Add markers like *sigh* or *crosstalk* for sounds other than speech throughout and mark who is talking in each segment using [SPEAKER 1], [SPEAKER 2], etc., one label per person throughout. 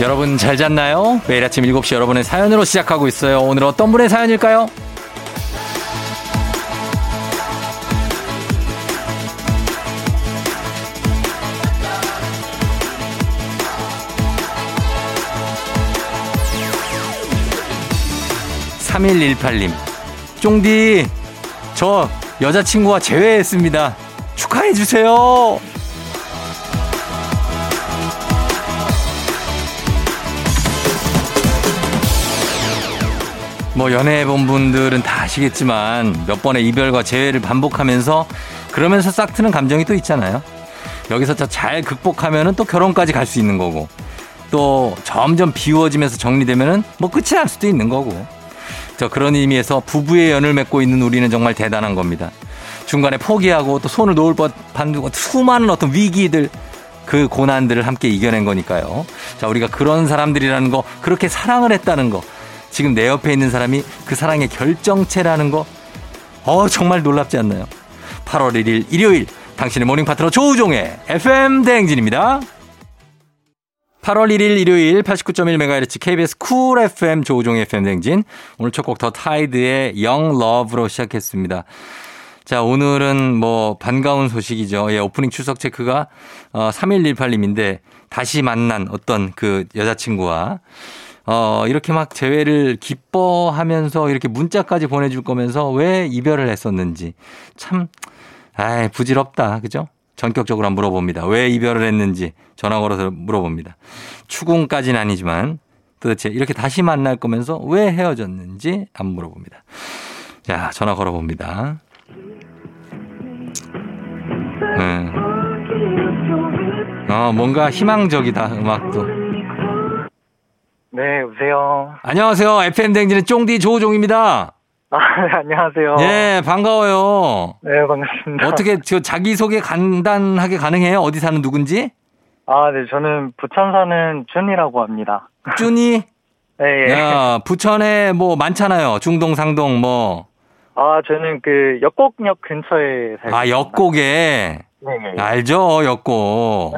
[SPEAKER 1] 여러분 잘 잤나요? 매일 아침 7시 여러분의 사연으로 시작하고 있어요. 오늘 어떤 분의 사연일까요? 3118님. 쫑디, 저 여자친구와 재회했습니다. 축하해주세요. 뭐 연애해본 분들은 다 아시겠지만 몇 번의 이별과 재회를 반복하면서 그러면서 싹트는 감정이 또 있잖아요. 여기서 더 잘 극복하면은 또 결혼까지 갈 수 있는 거고 또 점점 비워지면서 정리되면은 뭐 끝이 날 수도 있는 거고 저 그런 의미에서 부부의 연을 맺고 있는 우리는 정말 대단한 겁니다. 중간에 포기하고 또 손을 놓을 법한 수많은 어떤 위기들 그 고난들을 함께 이겨낸 거니까요. 자, 우리가 그런 사람들이라는 거, 그렇게 사랑을 했다는 거, 지금 내 옆에 있는 사람이 그 사랑의 결정체라는 거, 어, 정말 놀랍지 않나요? 8월 1일 일요일, 당신의 모닝 파트너 조우종의 FM 대행진입니다. 8월 1일 일요일 89.1MHz KBS 쿨 FM 조우종의 FM 댕진. 오늘 첫 곡 더 타이드의 영 러브로 시작했습니다. 자, 오늘은 뭐 반가운 소식이죠. 예, 오프닝 출석 체크가 어, 3118님인데 다시 만난 어떤 그 여자친구와 어, 이렇게 막 재회를 기뻐하면서 이렇게 문자까지 보내줄 거면서 왜 이별을 했었는지 참, 아이, 부질없다. 그죠? 전격적으로 한번 물어봅니다. 왜 이별을 했는지 전화 걸어서 물어봅니다. 추궁까지는 아니지만 도대체 이렇게 다시 만날 거면서 왜 헤어졌는지 한번 물어봅니다. 자, 전화 걸어봅니다. 네. 어, 뭔가 희망적이다, 음악도.
[SPEAKER 2] 네, 여보세요.
[SPEAKER 1] 안녕하세요. FM 댕진의 쫑디 조우종입니다.
[SPEAKER 2] 아, 네, 안녕하세요.
[SPEAKER 1] 예, 반가워요.
[SPEAKER 2] 네, 반갑습니다.
[SPEAKER 1] 어떻게 저 자기소개 간단하게 가능해요? 어디 사는 누군지?
[SPEAKER 2] 아, 네, 저는 부천 사는 준이라고 합니다.
[SPEAKER 1] 쭈니?
[SPEAKER 2] 네, 예.
[SPEAKER 1] 야, 부천에 뭐 많잖아요. 중동, 상동 뭐.
[SPEAKER 2] 아, 저는 그 역곡역 근처에 살고
[SPEAKER 1] 아, 역곡에.
[SPEAKER 2] 네, 예. 예.
[SPEAKER 1] 알죠,
[SPEAKER 2] *laughs*
[SPEAKER 1] 역곡.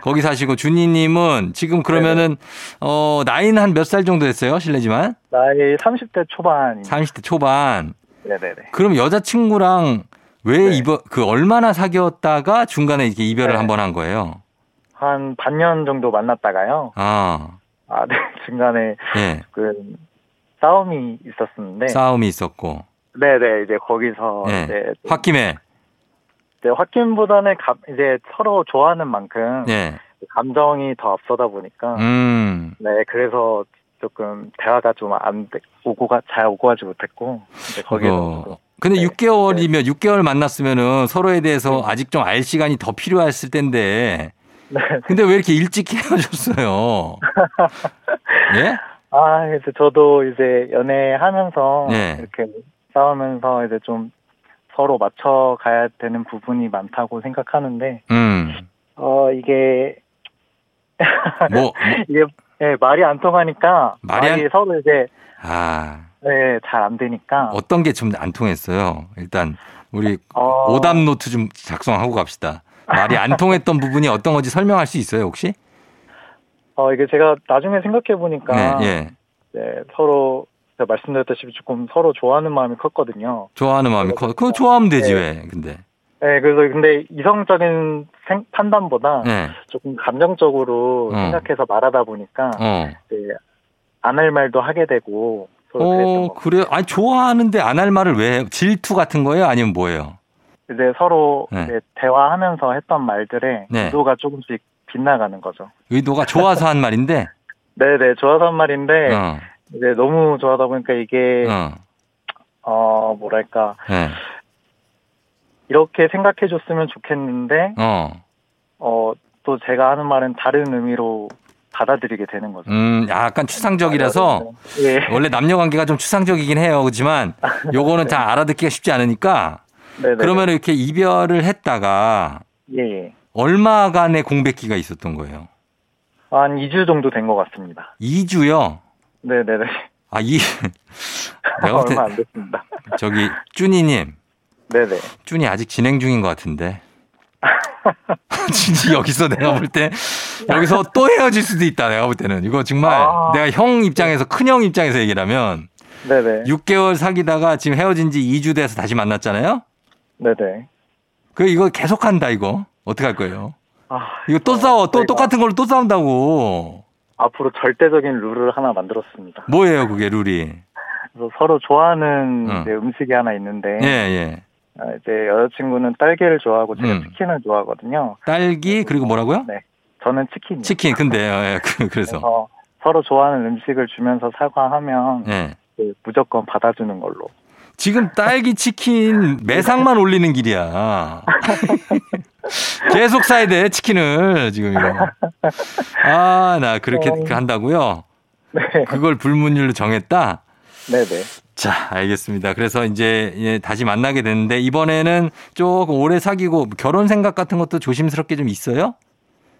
[SPEAKER 1] 거기 사시고, 준이님은 지금
[SPEAKER 2] 예.
[SPEAKER 1] 그러면은, 어, 나이는 한 몇 살 정도 됐어요? 실례지만.
[SPEAKER 2] 나이 30대 초반입니다.
[SPEAKER 1] 30대 초반.
[SPEAKER 2] 네, 네, 네.
[SPEAKER 1] 그럼 여자친구랑 왜
[SPEAKER 2] 네.
[SPEAKER 1] 이별, 그 얼마나 사귀었다가 중간에 이렇게 이별을
[SPEAKER 2] 네.
[SPEAKER 1] 한 번 한 거예요?
[SPEAKER 2] 한 반년 정도 만났다가요.
[SPEAKER 1] 아,
[SPEAKER 2] 아, 네, *laughs* 중간에
[SPEAKER 1] 예.
[SPEAKER 2] 그 싸움이 있었는데.
[SPEAKER 1] 싸움이 있었고.
[SPEAKER 2] 네, 네, 이제 거기서
[SPEAKER 1] 예.
[SPEAKER 2] 이제
[SPEAKER 1] 홧김에.
[SPEAKER 2] 네, 확김보다는 감- 이제 서로 좋아하는 만큼
[SPEAKER 1] 예.
[SPEAKER 2] 감정이 더 앞서다 보니까
[SPEAKER 1] 음.
[SPEAKER 2] 네, 그래서 조금 대화가 좀 안 오고가 잘 오고 가지 못했고 이제 거기서
[SPEAKER 1] 어. 근데
[SPEAKER 2] 네.
[SPEAKER 1] 6개월이면 6개월 만났으면은 서로에 대해서 아직 좀 알 시간이 더 필요했을 텐데.
[SPEAKER 2] 네.
[SPEAKER 1] 근데 왜 이렇게 일찍
[SPEAKER 2] *laughs*
[SPEAKER 1] 헤어졌어요? 예?
[SPEAKER 2] 아 그래서 저도 이제 연애하면서
[SPEAKER 1] 네.
[SPEAKER 2] 이렇게 싸우면서 이제 좀 서로 맞춰 가야 되는 부분이 많다고 생각하는데
[SPEAKER 1] 음.
[SPEAKER 2] 어 이게 네.
[SPEAKER 1] 뭐, 뭐,
[SPEAKER 2] 이게 예, 말이 안 통하니까
[SPEAKER 1] 말이
[SPEAKER 2] 말이,
[SPEAKER 1] 안-
[SPEAKER 2] 서로 이제
[SPEAKER 1] 아,
[SPEAKER 2] 예, 잘 안 되니까
[SPEAKER 1] 어떤 게 좀 안 통했어요? 일단 우리
[SPEAKER 2] 어,
[SPEAKER 1] 오답 노트 좀 작성하고 갑시다. 말이 안 통했던 부분이 어떤 건지 설명할 수 있어요, 혹시?
[SPEAKER 2] 어 이게 제가 나중에 생각해 보니까
[SPEAKER 1] 네, 예.
[SPEAKER 2] 네, 서로 제가 말씀드렸다시피 조금 서로 좋아하는 마음이 컸거든요.
[SPEAKER 1] 좋아하는 마음이 커.
[SPEAKER 2] 어.
[SPEAKER 1] 그거 좋아하면 되지, 왜, 근데.
[SPEAKER 2] 네, 그래서 근데 이성적인 생- 판단보다
[SPEAKER 1] 예.
[SPEAKER 2] 조금 감정적으로
[SPEAKER 1] 어.
[SPEAKER 2] 생각해서 말하다 보니까
[SPEAKER 1] 어.
[SPEAKER 2] 안 할 말도 하게 되고 서로 그랬던
[SPEAKER 1] 어,
[SPEAKER 2] 것 같아요.
[SPEAKER 1] 그래요? 아니, 좋아하는데 안 할 말을 왜 해요? 질투 같은 거예요? 아니면 뭐예요?
[SPEAKER 2] 이제 서로
[SPEAKER 1] 네.
[SPEAKER 2] 이제 대화하면서 했던 말들의
[SPEAKER 1] 네.
[SPEAKER 2] 의도가 조금씩 빗나가는 거죠.
[SPEAKER 1] 의도가 좋아서 한 말인데?
[SPEAKER 2] 네, *laughs* 네, 네. 좋아서 한 말인데
[SPEAKER 1] 어,
[SPEAKER 2] 이제 너무 좋아하다 보니까 이게
[SPEAKER 1] 어,
[SPEAKER 2] 어 뭐랄까
[SPEAKER 1] 예,
[SPEAKER 2] 이렇게 생각해줬으면 좋겠는데
[SPEAKER 1] 어.
[SPEAKER 2] 어 또 제가 하는 말은 다른 의미로 받아들이게 되는 거죠.
[SPEAKER 1] 음, 약간 추상적이라서,
[SPEAKER 2] 예.
[SPEAKER 1] 원래 남녀 관계가 좀 추상적이긴 해요. 그렇지만, 요거는 잘 알아듣기가 쉽지 않으니까,
[SPEAKER 2] 네네.
[SPEAKER 1] 그러면 이렇게 이별을 했다가,
[SPEAKER 2] 예, 예.
[SPEAKER 1] 얼마간의 공백기가 있었던 거예요?
[SPEAKER 2] 한 2주 정도 된 것 같습니다.
[SPEAKER 1] 2주요?
[SPEAKER 2] 네네네.
[SPEAKER 1] 아, 이, *laughs* 내가 볼
[SPEAKER 2] *laughs* 얼마
[SPEAKER 1] 때,
[SPEAKER 2] 안 됐습니다.
[SPEAKER 1] 저기, 쭈니님,
[SPEAKER 2] 네네. *laughs*
[SPEAKER 1] 쭈니 아직 진행 중인 것 같은데. 진짜 여기서 내가 볼 때 여기서 또 헤어질 수도 있다. 내가 볼 때는 이거 정말
[SPEAKER 2] 아.
[SPEAKER 1] 내가 형 입장에서 큰 형 입장에서 얘기를 하면
[SPEAKER 2] 네네.
[SPEAKER 1] 6개월 사귀다가 지금 헤어진 지 2주 돼서 다시 만났잖아요.
[SPEAKER 2] 네네.
[SPEAKER 1] 그 이거 계속한다 이거 어떻게 할 거예요?
[SPEAKER 2] 아,
[SPEAKER 1] 이거 또
[SPEAKER 2] 어,
[SPEAKER 1] 싸워 또
[SPEAKER 2] 저희가
[SPEAKER 1] 똑같은 걸로 또 싸운다고.
[SPEAKER 2] 앞으로 절대적인 룰을 하나 만들었습니다.
[SPEAKER 1] 뭐예요 그게 룰이?
[SPEAKER 2] 그래서 서로 좋아하는
[SPEAKER 1] 응.
[SPEAKER 2] 이제 음식이 하나 있는데
[SPEAKER 1] 예 예.
[SPEAKER 2] 아, 이제 여자친구는 딸기를 좋아하고 제가
[SPEAKER 1] 음.
[SPEAKER 2] 치킨을 좋아하거든요.
[SPEAKER 1] 딸기 그리고 뭐라고요?
[SPEAKER 2] 네. 어. 저는 치킨이요.
[SPEAKER 1] 치킨 근데 예, 그, 그래서
[SPEAKER 2] 그래서 서로 좋아하는 음식을 주면서 사과하면
[SPEAKER 1] 예.
[SPEAKER 2] 이제 무조건 받아주는 걸로.
[SPEAKER 1] 지금 딸기 치킨 매상만 올리는 길이야. 계속 사야 돼 치킨을 지금 이거. 아 나 그렇게
[SPEAKER 2] 어.
[SPEAKER 1] 한다고요?
[SPEAKER 2] 네,
[SPEAKER 1] 그걸 불문율로 정했다.
[SPEAKER 2] 네네.
[SPEAKER 1] 자 알겠습니다. 그래서 이제 예, 다시 만나게 됐는데 이번에는 조금 오래 사귀고 결혼 생각 같은 것도 조심스럽게 좀 있어요?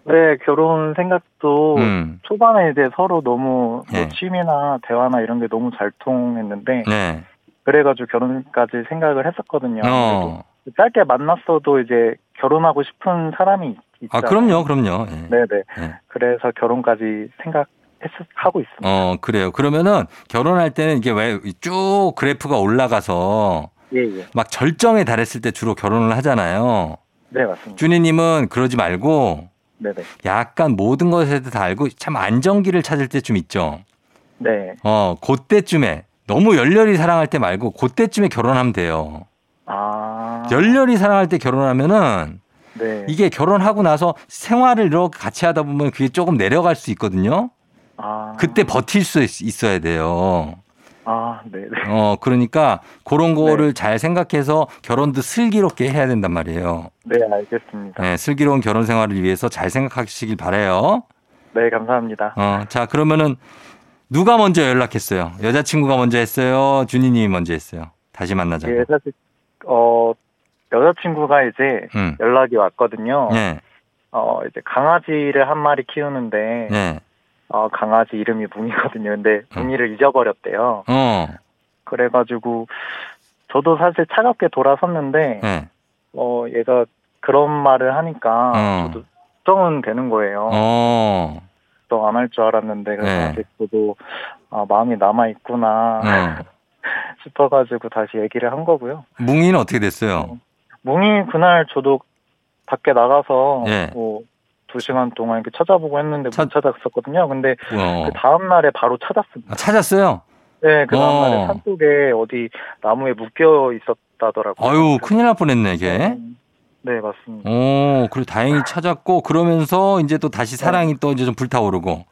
[SPEAKER 2] 네, 결혼 생각도
[SPEAKER 1] 음.
[SPEAKER 2] 초반에 이제 서로 너무 뭐
[SPEAKER 1] 네.
[SPEAKER 2] 취미나 대화나 이런 게 너무 잘 통했는데
[SPEAKER 1] 네.
[SPEAKER 2] 그래가지고 결혼까지 생각을 했었거든요.
[SPEAKER 1] 어.
[SPEAKER 2] 그래도 짧게 만났어도 이제 결혼하고 싶은 사람이 있- 있잖아요.
[SPEAKER 1] 아 그럼요, 그럼요. 예.
[SPEAKER 2] 네네.
[SPEAKER 1] 네.
[SPEAKER 2] 그래서 결혼까지 생각했 하고 있습니다.
[SPEAKER 1] 어 그래요. 그러면은 결혼할 때는 이게 왜 쭉 그래프가 올라가서
[SPEAKER 2] 예예.
[SPEAKER 1] 막 절정에 달했을 때 주로 결혼을 하잖아요.
[SPEAKER 2] 네 맞습니다.
[SPEAKER 1] 준이님은 그러지 말고
[SPEAKER 2] 네네.
[SPEAKER 1] 약간 모든 것에 대해 다 알고 참 안정기를 찾을 때 좀 있죠.
[SPEAKER 2] 네.
[SPEAKER 1] 어, 그때쯤에 너무 열렬히 사랑할 때 말고 그때쯤에 결혼하면 돼요.
[SPEAKER 2] 아.
[SPEAKER 1] 열렬히 사랑할 때 결혼하면은
[SPEAKER 2] 네.
[SPEAKER 1] 이게 결혼하고 나서 생활을 이렇게 같이 하다 보면 그게 조금 내려갈 수 있거든요.
[SPEAKER 2] 아.
[SPEAKER 1] 그때 버틸 수 있- 있어야 돼요.
[SPEAKER 2] 아 네네.
[SPEAKER 1] 어, 그러니까 그런
[SPEAKER 2] 네.
[SPEAKER 1] 거를 잘 생각해서 결혼도 슬기롭게 해야 된단 말이에요.
[SPEAKER 2] 네 알겠습니다.
[SPEAKER 1] 네, 슬기로운 결혼 생활을 위해서 잘 생각하시길 바래요.
[SPEAKER 2] 네 감사합니다.
[SPEAKER 1] 어, 자 그러면은 누가 먼저 연락했어요? 여자친구가 먼저 했어요? 준이님이 먼저 했어요? 다시 만나자.
[SPEAKER 2] 예, 사실 어 여자친구가 이제
[SPEAKER 1] 음.
[SPEAKER 2] 연락이 왔거든요.
[SPEAKER 1] 예.
[SPEAKER 2] 어 이제 강아지를 한 마리 키우는데
[SPEAKER 1] 예.
[SPEAKER 2] 어 강아지 이름이 뭉이거든요. 근데
[SPEAKER 1] 음.
[SPEAKER 2] 뭉이를 잊어버렸대요.
[SPEAKER 1] 어.
[SPEAKER 2] 그래가지고 저도 사실 차갑게 돌아섰는데
[SPEAKER 1] 예.
[SPEAKER 2] 어 얘가 그런 말을 하니까
[SPEAKER 1] 어.
[SPEAKER 2] 아, 저도 걱정은 되는 거예요.
[SPEAKER 1] 어.
[SPEAKER 2] 걱정 안 할 줄 알았는데 그래서
[SPEAKER 1] 네.
[SPEAKER 2] 아직 저도 아, 마음이 남아 있구나
[SPEAKER 1] 어.
[SPEAKER 2] *laughs* 싶어가지고 다시 얘기를 한 거고요.
[SPEAKER 1] 뭉이는 어떻게 됐어요?
[SPEAKER 2] 뭉이 그날 저도 밖에 나가서
[SPEAKER 1] 예.
[SPEAKER 2] 뭐 두 시간 동안 이렇게 찾아보고 했는데
[SPEAKER 1] 찾-
[SPEAKER 2] 못 찾았었거든요. 근데
[SPEAKER 1] 어.
[SPEAKER 2] 그 다음 날에 바로 찾았습니다.
[SPEAKER 1] 아, 찾았어요?
[SPEAKER 2] 네, 그 다음
[SPEAKER 1] 어.
[SPEAKER 2] 날에 산 속에 어디 나무에 묶여 있었다더라고요.
[SPEAKER 1] 아유, 큰일 날 뻔했네, 이게.
[SPEAKER 2] 음, 네, 맞습니다.
[SPEAKER 1] 오, 그리고 다행히 찾았고, 그러면서 이제 또 다시 사랑이 또 이제 좀 불타오르고.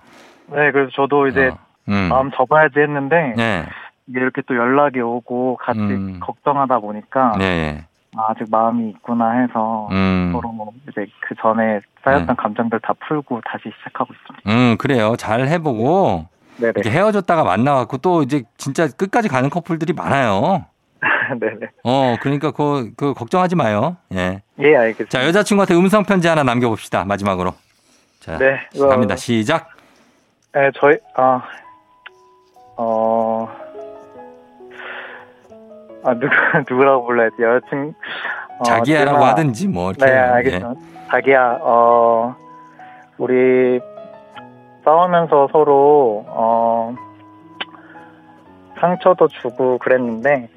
[SPEAKER 2] 네, 그래서 저도 이제
[SPEAKER 1] 어, 음.
[SPEAKER 2] 마음 접어야지 했는데
[SPEAKER 1] 예.
[SPEAKER 2] 이게 이렇게 또 연락이 오고 같이
[SPEAKER 1] 음.
[SPEAKER 2] 걱정하다 보니까
[SPEAKER 1] 예, 예.
[SPEAKER 2] 아, 아직 마음이 있구나 해서
[SPEAKER 1] 음.
[SPEAKER 2] 서로 뭐 이제 그 전에 쌓였던
[SPEAKER 1] 네.
[SPEAKER 2] 감정들 다 풀고 다시 시작하고 있습니다.
[SPEAKER 1] 음, 그래요. 잘 해보고. 이렇게
[SPEAKER 2] 네네.
[SPEAKER 1] 헤어졌다가 만나갖고 또 이제 진짜 끝까지 가는 커플들이 많아요.
[SPEAKER 2] *laughs* 네네.
[SPEAKER 1] 어, 그러니까 그, 그 걱정하지 마요. 예.
[SPEAKER 2] 예, 알겠습니다.
[SPEAKER 1] 자, 여자친구한테 음성편지 하나 남겨봅시다. 마지막으로. 자,
[SPEAKER 2] 네, 이거-
[SPEAKER 1] 갑니다. 시작.
[SPEAKER 2] 네, 저희 아 어. 아, 누구, *laughs* 누구라고 불러야 지 여자친, 어,
[SPEAKER 1] 자기야라고
[SPEAKER 2] 제가-
[SPEAKER 1] 하든지 뭐 이렇게.
[SPEAKER 2] 네,
[SPEAKER 1] 예.
[SPEAKER 2] 알겠습니다. 자기야, 어, 우리 싸우면서 서로, 어, 상처도 주고 그랬는데,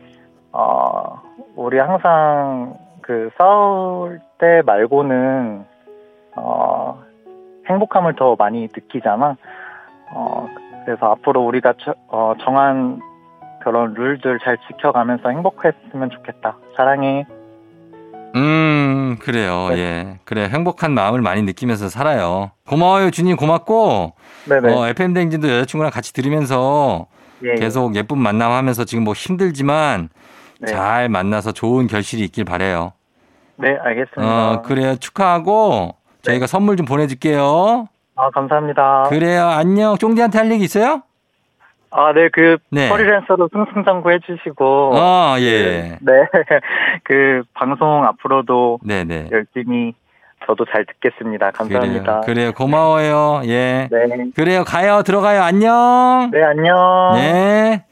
[SPEAKER 2] 어, 우리 항상 그 싸울 때 말고는, 어, 행복함을 더 많이 느끼잖아. 어, 그래서 앞으로 우리가 처- 어, 정한 그런 룰들 잘 지켜가면서 행복했으면 좋겠다. 사랑해.
[SPEAKER 1] 음, 그래요.
[SPEAKER 2] 네.
[SPEAKER 1] 예. 그래. 행복한 마음을 많이 느끼면서 살아요. 고마워요. 주님 고맙고.
[SPEAKER 2] 네네.
[SPEAKER 1] 어, FM댕진도 여자친구랑 같이 들으면서
[SPEAKER 2] 예, 예.
[SPEAKER 1] 계속 예쁜 만남 하면서 지금 뭐 힘들지만
[SPEAKER 2] 네.
[SPEAKER 1] 잘 만나서 좋은 결실이 있길 바래요
[SPEAKER 2] 네, 알겠습니다.
[SPEAKER 1] 어, 그래요. 축하하고
[SPEAKER 2] 네.
[SPEAKER 1] 저희가 선물 좀 보내줄게요.
[SPEAKER 2] 아, 감사합니다.
[SPEAKER 1] 그래요. 안녕. 쫑디한테 할 얘기 있어요?
[SPEAKER 2] 아, 네, 그,
[SPEAKER 1] 네.
[SPEAKER 2] 허리랜서도 승승장구 해주시고.
[SPEAKER 1] 어, 예.
[SPEAKER 2] 네. *laughs* 그, 방송 앞으로도
[SPEAKER 1] 네네.
[SPEAKER 2] 열심히 저도 잘 듣겠습니다. 예,
[SPEAKER 1] 그래요.
[SPEAKER 2] 감사합니다.
[SPEAKER 1] 그래요. 고마워요. 예.
[SPEAKER 2] 네.
[SPEAKER 1] 그래요. 가요. 들어가요. 안녕.
[SPEAKER 2] 네, 안녕.
[SPEAKER 1] 네.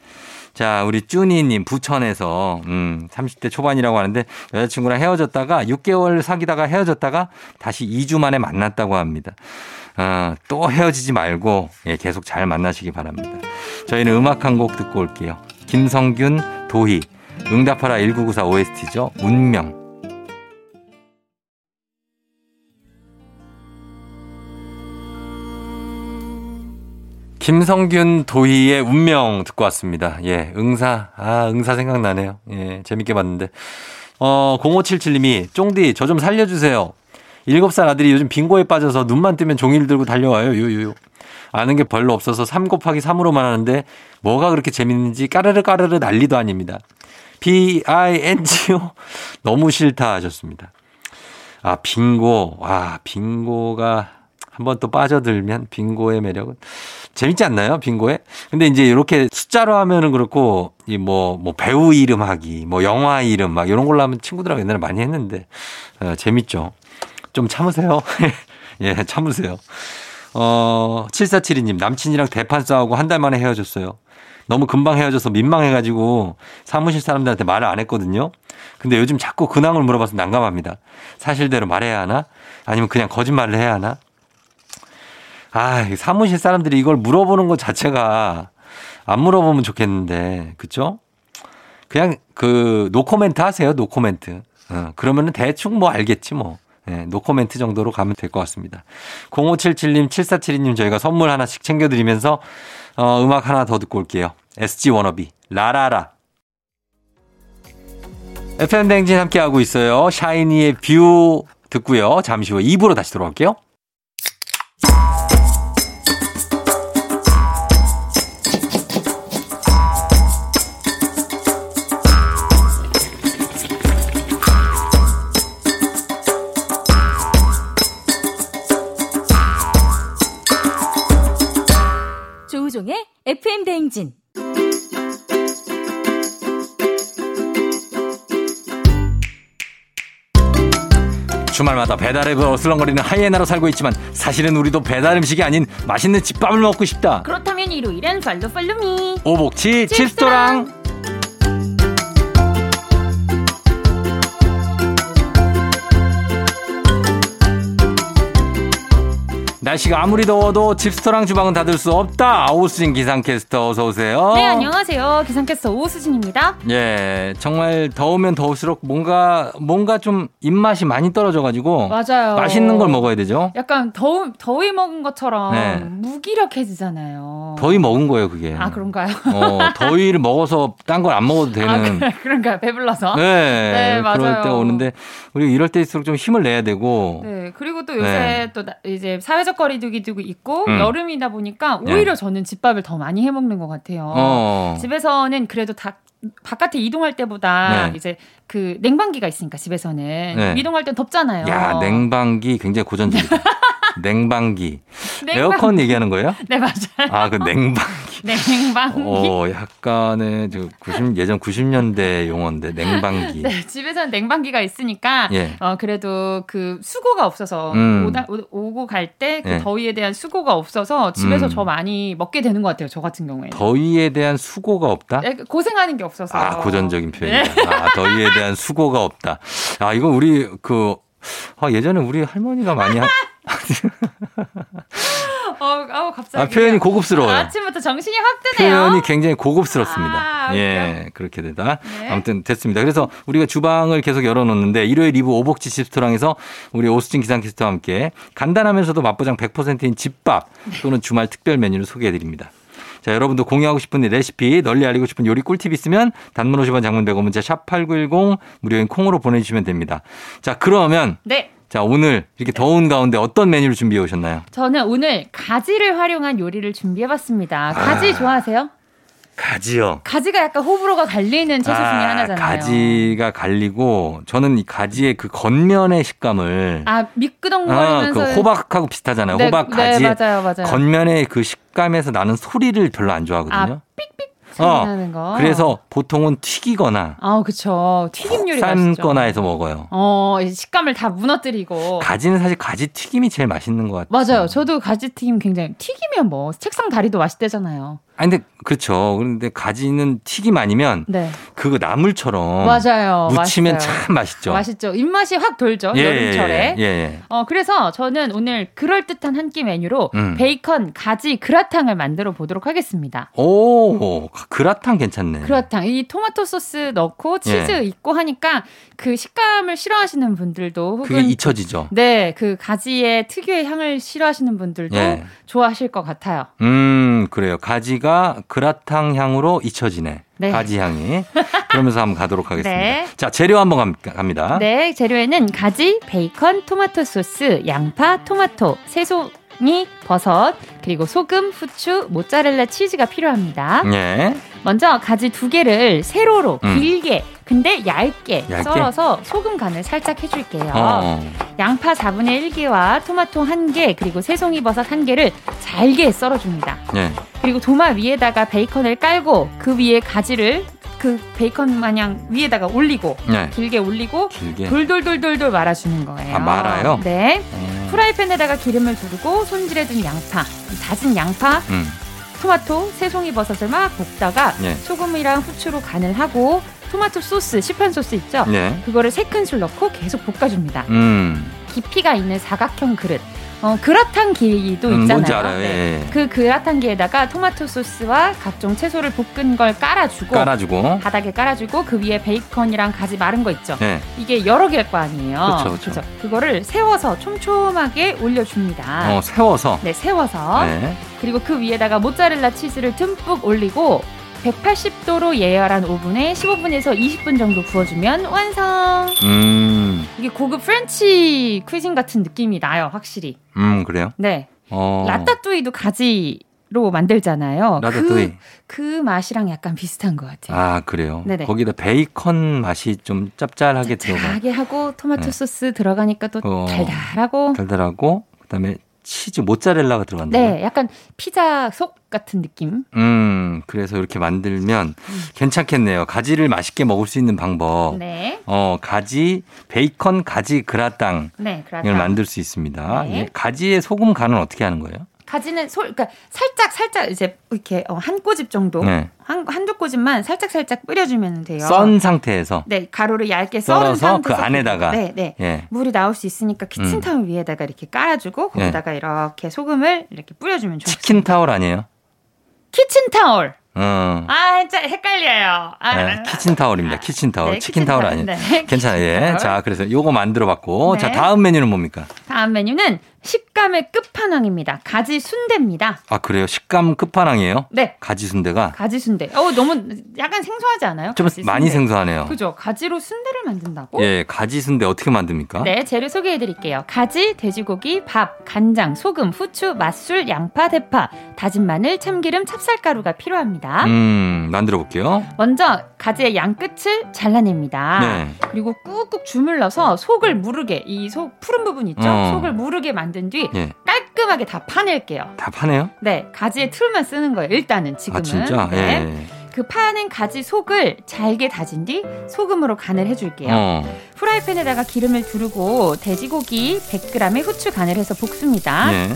[SPEAKER 1] 자, 우리 쭈니님 부천에서 음, 30대 초반이라고 하는데 여자친구랑 헤어졌다가 6개월 사귀다가 헤어졌다가 다시 2주 만에 만났다고 합니다. 아, 또 헤어지지 말고 예, 계속 잘 만나시기 바랍니다. 저희는 음악 한 곡 듣고 올게요. 김성균, 도희, 응답하라 1994 OST죠. 운명. 김성균 도희의 운명 듣고 왔습니다. 예, 응사. 아, 응사 생각나네요. 예, 재밌게 봤는데. 어, 0577님이, 쫑디, 저 좀 살려주세요. 7살 아들이 요즘 빙고에 빠져서 눈만 뜨면 종이를 들고 달려와요. 유유유. 아는 게 별로 없어서 3 곱하기 3으로만 하는데 뭐가 그렇게 재밌는지 까르르 까르르 난리도 아닙니다. B-I-N-G-O. 너무 싫다 하셨습니다. 아, 빙고. 와, 빙고가 한 번 또 빠져들면 빙고의 매력은 재밌지 않나요? 빙고에? 근데 이제 이렇게 숫자로 하면은 그렇고 이 뭐 뭐 배우 이름 하기, 뭐 영화 이름 막 이런 걸로 하면 친구들하고 옛날에 많이 했는데 어, 재밌죠. 좀 참으세요. *laughs* 예, 참으세요. 어, 7472님, 남친이랑 대판 싸우고 한 달 만에 헤어졌어요. 너무 금방 헤어져서 민망해가지고 사무실 사람들한테 말을 안 했거든요. 근데 요즘 자꾸 근황을 물어봐서 난감합니다. 사실대로 말해야 하나? 아니면 그냥 거짓말을 해야 하나? 아, 이 사무실 사람들이 이걸 물어보는 것 자체가 안 물어보면 좋겠는데, 그쵸? 그냥 그, 노코멘트 하세요, 노코멘트. 어, 그러면은 대충 뭐 알겠지 뭐. 예, 노코멘트 정도로 가면 될 것 같습니다. 0577님, 7472님 저희가 선물 하나씩 챙겨드리면서 어, 음악 하나 더 듣고 올게요. SG 워너비, 라라라. FM 댕진 함께하고 있어요. 샤이니의 뷰 듣고요. 잠시 후 2부로 다시 돌아올게요.
[SPEAKER 3] 조우종의 FM 대행진.
[SPEAKER 1] 주말마다 배달앱을 어슬렁거리는 하이에나로 살고 있지만 사실은 우리도 배달 음식이 아닌 맛있는 집밥을 먹고 싶다.
[SPEAKER 3] 그렇다면 일요일엔 팔로 팔로미.
[SPEAKER 1] 오복치 칩스토랑. 날씨가 아무리 더워도 칩스토랑 주방은 닫을 수 없다. 아우스진 기상캐스터 어서 오세요.
[SPEAKER 3] 네 안녕하세요 기상캐스터 오수진입니다.
[SPEAKER 1] 예, 정말 더우면 더울수록 뭔가 뭔가 좀 입맛이 많이 떨어져가지고
[SPEAKER 3] 맞아요.
[SPEAKER 1] 맛있는 걸 먹어야 되죠.
[SPEAKER 3] 약간 더위 더위 먹은 것처럼
[SPEAKER 1] 네.
[SPEAKER 3] 무기력해지잖아요.
[SPEAKER 1] 더위 먹은 거예요 그게.
[SPEAKER 3] 어. 아 그런가요?
[SPEAKER 1] 어, 더위를 먹어서 딴 걸 안 먹어도 되는.
[SPEAKER 3] 아 그래, 그런가요? 배불러서. *laughs* 네.
[SPEAKER 1] 네,
[SPEAKER 3] 네, 맞아요. 네.
[SPEAKER 1] 그럴 때 오는데 우리가 이럴 때일수록 좀 힘을 내야 되고
[SPEAKER 3] 그리고 또 요새
[SPEAKER 1] 네.
[SPEAKER 3] 또 나- 이제 사회적 거리두기도 있고
[SPEAKER 1] 음.
[SPEAKER 3] 여름이다 보니까
[SPEAKER 1] 네.
[SPEAKER 3] 오히려 저는 집밥을 더 많이 해 먹는 것 같아요.
[SPEAKER 1] 어.
[SPEAKER 3] 집에서는 그래도 다 바깥에 이동할 때보다
[SPEAKER 1] 네.
[SPEAKER 3] 이제 그 냉방기가 있으니까 집에서는
[SPEAKER 1] 네.
[SPEAKER 3] 이동할 땐 덥잖아요.
[SPEAKER 1] 야, 냉방기 굉장히
[SPEAKER 3] *laughs*
[SPEAKER 1] 고전적이다. 냉방기.
[SPEAKER 3] 냉방-
[SPEAKER 1] 에어컨 얘기하는 거예요?
[SPEAKER 3] *laughs* 네 맞아요.
[SPEAKER 1] 아,
[SPEAKER 3] *laughs*
[SPEAKER 1] 그 냉방기.
[SPEAKER 3] 네, 냉방기.
[SPEAKER 1] 어, 약간의 저 90, 예전 90년대 용어인데 냉방기.
[SPEAKER 3] 네, 집에서는 냉방기가 있으니까
[SPEAKER 1] 예.
[SPEAKER 3] 어 그래도 그 수고가 없어서
[SPEAKER 1] 음.
[SPEAKER 3] 오다, 오, 고 갈 때 그
[SPEAKER 1] 예.
[SPEAKER 3] 더위에 대한 수고가 없어서 집에서
[SPEAKER 1] 음.
[SPEAKER 3] 저 많이 먹게 되는 것 같아요. 저 같은 경우에
[SPEAKER 1] 더위에 대한 수고가 없다?
[SPEAKER 3] 네, 고생하는 게 없어서 네,
[SPEAKER 1] 아, 고전적인 표현이다. 아, 더위에 대한 수고가 없다. 아, 이거 우리 그 아, 예전에 우리 할머니가 많이
[SPEAKER 3] *laughs*
[SPEAKER 1] 하...
[SPEAKER 3] 어, 아우 갑자기
[SPEAKER 1] 아, 표현이 고급스러워요.
[SPEAKER 3] 아침부터 정신이 확 드네요.
[SPEAKER 1] 표현이 굉장히 고급스럽습니다.
[SPEAKER 3] 아,
[SPEAKER 1] 예, 그렇게 되다.
[SPEAKER 3] 네.
[SPEAKER 1] 아무튼 됐습니다. 그래서 우리가 주방을 계속 열어놓는데 일요일 2부 오복지 집스토랑에서 우리 오수진 기상캐스터와 함께 간단하면서도 맛보장 100%인 집밥 또는 주말 특별 메뉴를 소개해드립니다. 자, 여러분도 공유하고 싶은 레시피, 널리 알리고 싶은 요리 꿀팁 있으면 단문 50원 장문 100원 문자 샵8910 무료인 콩으로 보내주시면 됩니다. 자, 그러면
[SPEAKER 3] 네.
[SPEAKER 1] 자, 오늘 이렇게 더운 가운데 어떤 메뉴를 준비해 오셨나요?
[SPEAKER 3] 저는 오늘 가지를 활용한 요리를
[SPEAKER 1] 아.
[SPEAKER 3] 준비해봤습니다. 가지 좋아하세요?
[SPEAKER 1] 가지요.
[SPEAKER 3] 가지가 약간 호불호가 갈리는 채소 중에
[SPEAKER 1] 아,
[SPEAKER 3] 하나잖아요.
[SPEAKER 1] 가지가 갈리고 저는 이 가지의 그 겉면의 식감을
[SPEAKER 3] 아
[SPEAKER 1] 아,
[SPEAKER 3] 미끄덩거리면서
[SPEAKER 1] 그 호박하고 비슷하잖아요.
[SPEAKER 3] 네,
[SPEAKER 1] 호박
[SPEAKER 3] 네,
[SPEAKER 1] 가지의
[SPEAKER 3] 맞아요, 맞아요.
[SPEAKER 1] 겉면의 그 식감에서 나는 소리를 별로 안 좋아하거든요. 어,
[SPEAKER 3] 하는 거.
[SPEAKER 1] 그래서 보통은 튀기거나
[SPEAKER 3] 아 그쵸 아. 튀김 요리 맛있죠.
[SPEAKER 1] 삶거나 해서 먹어요.
[SPEAKER 3] 어 이제 식감을 다 무너뜨리고.
[SPEAKER 1] 가지는 음. 사실 가지 튀김이 제일 맛있는 것 같아요.
[SPEAKER 3] 맞아요. 저도 가지 튀김 굉장히 튀기면 뭐 책상 다리도 뭐, 맛있대잖아요.
[SPEAKER 1] 아니 근데 그렇죠. 그런데 가지는 튀김 아니면
[SPEAKER 3] 네.
[SPEAKER 1] 그거 나물처럼
[SPEAKER 3] 맞아요.
[SPEAKER 1] 어, 무치면
[SPEAKER 3] 맛있어요.
[SPEAKER 1] 참 맛있죠.
[SPEAKER 3] 맛있죠. 입맛이 확 돌죠. 여름철에.
[SPEAKER 1] 예, 예.
[SPEAKER 3] 어, 그래서 저는 오늘 그럴듯한 한 끼 메뉴로
[SPEAKER 1] 음.
[SPEAKER 3] 베이컨 가지 그라탕을 만들어 보도록 하겠습니다.
[SPEAKER 1] 오, 그라탕 괜찮네.
[SPEAKER 3] 그라탕. 이 토마토 소스 넣고 치즈
[SPEAKER 1] 예.
[SPEAKER 3] 있고 하니까 그 식감을 싫어하시는 분들도
[SPEAKER 1] 그게
[SPEAKER 3] 혹은
[SPEAKER 1] 잊혀지죠.
[SPEAKER 3] 네, 그 가지의 특유의 향을 싫어하시는 분들도
[SPEAKER 1] 예.
[SPEAKER 3] 좋아하실 것 같아요.
[SPEAKER 1] 음, 그래요. 가지가 그라탕 향으로 잊혀지네.
[SPEAKER 3] 네.
[SPEAKER 1] 가지 향이. 그러면서 한번 가도록 하겠습니다.
[SPEAKER 3] 네.
[SPEAKER 1] 자, 재료 한번 감- 갑니다.
[SPEAKER 3] 네, 재료에는 가지, 베이컨, 토마토 소스, 양파, 토마토, 새송이, 버섯, 그리고 소금, 후추, 모짜렐라 치즈가 필요합니다.
[SPEAKER 1] 예.
[SPEAKER 3] 먼저 가지 두 개를 세로로
[SPEAKER 1] 음.
[SPEAKER 3] 길게 근데 얇게,
[SPEAKER 1] 얇게?
[SPEAKER 3] 썰어서 소금 간을 살짝 해줄게요.
[SPEAKER 1] 어.
[SPEAKER 3] 양파 4분의 1개와 토마토 1개 그리고 새송이 버섯 1개를 잘게 썰어줍니다.
[SPEAKER 1] 예.
[SPEAKER 3] 그리고 도마 위에다가 베이컨을 깔고 그 위에 가지를 그 베이컨 마냥 위에다가 올리고
[SPEAKER 1] 예.
[SPEAKER 3] 길게 올리고
[SPEAKER 1] 길게.
[SPEAKER 3] 돌돌돌돌돌 말아주는 거예요.
[SPEAKER 1] 네. 아, 말아요?
[SPEAKER 3] 네.
[SPEAKER 1] 어.
[SPEAKER 3] 프라이팬에다가 기름을 두르고 손질해둔 양파, 다진 양파,
[SPEAKER 1] 음.
[SPEAKER 3] 토마토, 새송이 버섯을 막 볶다가
[SPEAKER 1] 예.
[SPEAKER 3] 소금이랑 후추로 간을 하고 토마토 소스, 시판 소스 있죠?
[SPEAKER 1] 예.
[SPEAKER 3] 그거를 세 큰술 넣고 계속 볶아줍니다.
[SPEAKER 1] 음.
[SPEAKER 3] 깊이가 있는 사각형 그릇, 어, 그라탕 길이도
[SPEAKER 1] 음,
[SPEAKER 3] 있잖아요.
[SPEAKER 1] 뭔지 알아요.
[SPEAKER 3] 네.
[SPEAKER 1] 예. 예.
[SPEAKER 3] 그 그라탕기에다가 토마토 소스와 각종 채소를 볶은 걸 깔아주고
[SPEAKER 1] 깔아주고.
[SPEAKER 3] 바닥에 깔아주고 그 위에 베이컨이랑 가지 마른 거 있죠.
[SPEAKER 1] 예.
[SPEAKER 3] 이게 여러 개일 거 아니에요.
[SPEAKER 1] 그쵸, 그쵸.
[SPEAKER 3] 그죠? 그거를 세워서 촘촘하게 올려줍니다.
[SPEAKER 1] 어, 세워서.
[SPEAKER 3] 네, 세워서
[SPEAKER 1] 네.
[SPEAKER 3] 그리고 그 위에다가 모짜렐라 치즈를 듬뿍 올리고 180도로 예열한 오븐에 15분에서 20분 정도 구워주면 완성.
[SPEAKER 1] 음.
[SPEAKER 3] 이게 고급 프렌치 퀴진 같은 느낌이 나요, 확실히.
[SPEAKER 1] 음, 그래요?
[SPEAKER 3] 네,
[SPEAKER 1] 어.
[SPEAKER 3] 라따뚜이도 가지로 만들잖아요.
[SPEAKER 1] 라따뚜이.
[SPEAKER 3] 그, 그 맛이랑 약간 비슷한 것 같아요.
[SPEAKER 1] 아, 그래요.
[SPEAKER 3] 네네.
[SPEAKER 1] 거기다 베이컨 맛이 좀 짭짤하게 들어가.
[SPEAKER 3] 달하게 하고 토마토
[SPEAKER 1] 네.
[SPEAKER 3] 소스 들어가니까 또
[SPEAKER 1] 어.
[SPEAKER 3] 달달하고
[SPEAKER 1] 달달하고 그다음에 치즈 모짜렐라가 들어간다.
[SPEAKER 3] 네, 약간 피자 속 같은 느낌.
[SPEAKER 1] 음, 그래서 이렇게 만들면 괜찮겠네요. 가지를 맛있게 먹을 수 있는 방법.
[SPEAKER 3] 네,
[SPEAKER 1] 어, 가지 베이컨 가지 그라탕을
[SPEAKER 3] 네, 그렇죠.
[SPEAKER 1] 만들 수 있습니다.
[SPEAKER 3] 네.
[SPEAKER 1] 예, 가지의 소금 간은 어떻게 하는 거예요?
[SPEAKER 3] 가지는 솔, 그러니까 살짝 살짝 이제 이렇게 어, 한 꼬집 정도,
[SPEAKER 1] 네.
[SPEAKER 3] 한 한두 꼬집만 살짝 살짝 뿌려주면 돼요.
[SPEAKER 1] 썬 상태에서.
[SPEAKER 3] 네, 가루를 얇게 썰은
[SPEAKER 1] 썰어서 그
[SPEAKER 3] 상태에서
[SPEAKER 1] 안에다가. 음.
[SPEAKER 3] 네, 네.
[SPEAKER 1] 예.
[SPEAKER 3] 물이 나올 수 있으니까 키친타올 위에다가 이렇게 깔아주고 거기다가
[SPEAKER 1] 네.
[SPEAKER 3] 이렇게 소금을 이렇게 뿌려주면 좋아요.
[SPEAKER 1] 치킨 타월 아니에요?
[SPEAKER 3] 키친타올.
[SPEAKER 1] 어.
[SPEAKER 3] 아, 진짜 헷갈려요. 아,
[SPEAKER 1] 네, 키친 타월입니다. 키친 타월.
[SPEAKER 3] 네,
[SPEAKER 1] 치킨 타월
[SPEAKER 3] 키친타올.
[SPEAKER 1] 아니에요.
[SPEAKER 3] 네. *laughs*
[SPEAKER 1] 괜찮아요. 예.
[SPEAKER 3] 키친타올.
[SPEAKER 1] 자, 그래서 요거 만들어 봤고.
[SPEAKER 3] 네.
[SPEAKER 1] 자, 다음 메뉴는 뭡니까?
[SPEAKER 3] 다음 메뉴는 식감의 끝판왕입니다. 가지 순대입니다.
[SPEAKER 1] 아, 그래요. 식감 끝판왕이에요.
[SPEAKER 3] 네.
[SPEAKER 1] 가지 순대가
[SPEAKER 3] 가지 순대. 어 너무 약간 생소하지 않아요?
[SPEAKER 1] 좀
[SPEAKER 3] 가지
[SPEAKER 1] 많이
[SPEAKER 3] 순대.
[SPEAKER 1] 생소하네요.
[SPEAKER 3] 그죠? 어? 가지로 순대를 만든다고?
[SPEAKER 1] 예, 가지 순대 어떻게 만듭니까?
[SPEAKER 3] 네, 재료 소개해 드릴게요. 가지, 돼지고기, 밥, 간장, 소금, 후추, 맛술, 양파, 대파, 다진 마늘, 참기름, 찹쌀가루가 필요합니다.
[SPEAKER 1] 음, 만들어 볼게요.
[SPEAKER 3] 먼저 가지의 양 끝을 잘라냅니다.
[SPEAKER 1] 네.
[SPEAKER 3] 그리고 꾹꾹 주물러서 속을 무르게 이 속 푸른 부분 있죠?
[SPEAKER 1] 어.
[SPEAKER 3] 속을 무르게 만든 뒤
[SPEAKER 1] 예.
[SPEAKER 3] 깔끔하게 다 파낼게요.
[SPEAKER 1] 다 파네요?
[SPEAKER 3] 네, 가지의 틀만 쓰는 거예요. 일단은 지금은.
[SPEAKER 1] 아, 진짜?
[SPEAKER 3] 네.
[SPEAKER 1] 예.
[SPEAKER 3] 그 파낸 가지 속을 잘게 다진 뒤 소금으로 간을 해줄게요.
[SPEAKER 1] 어.
[SPEAKER 3] 프라이팬에다가 기름을 두르고 돼지고기 100g에 후추 간을 해서 볶습니다.
[SPEAKER 1] 예.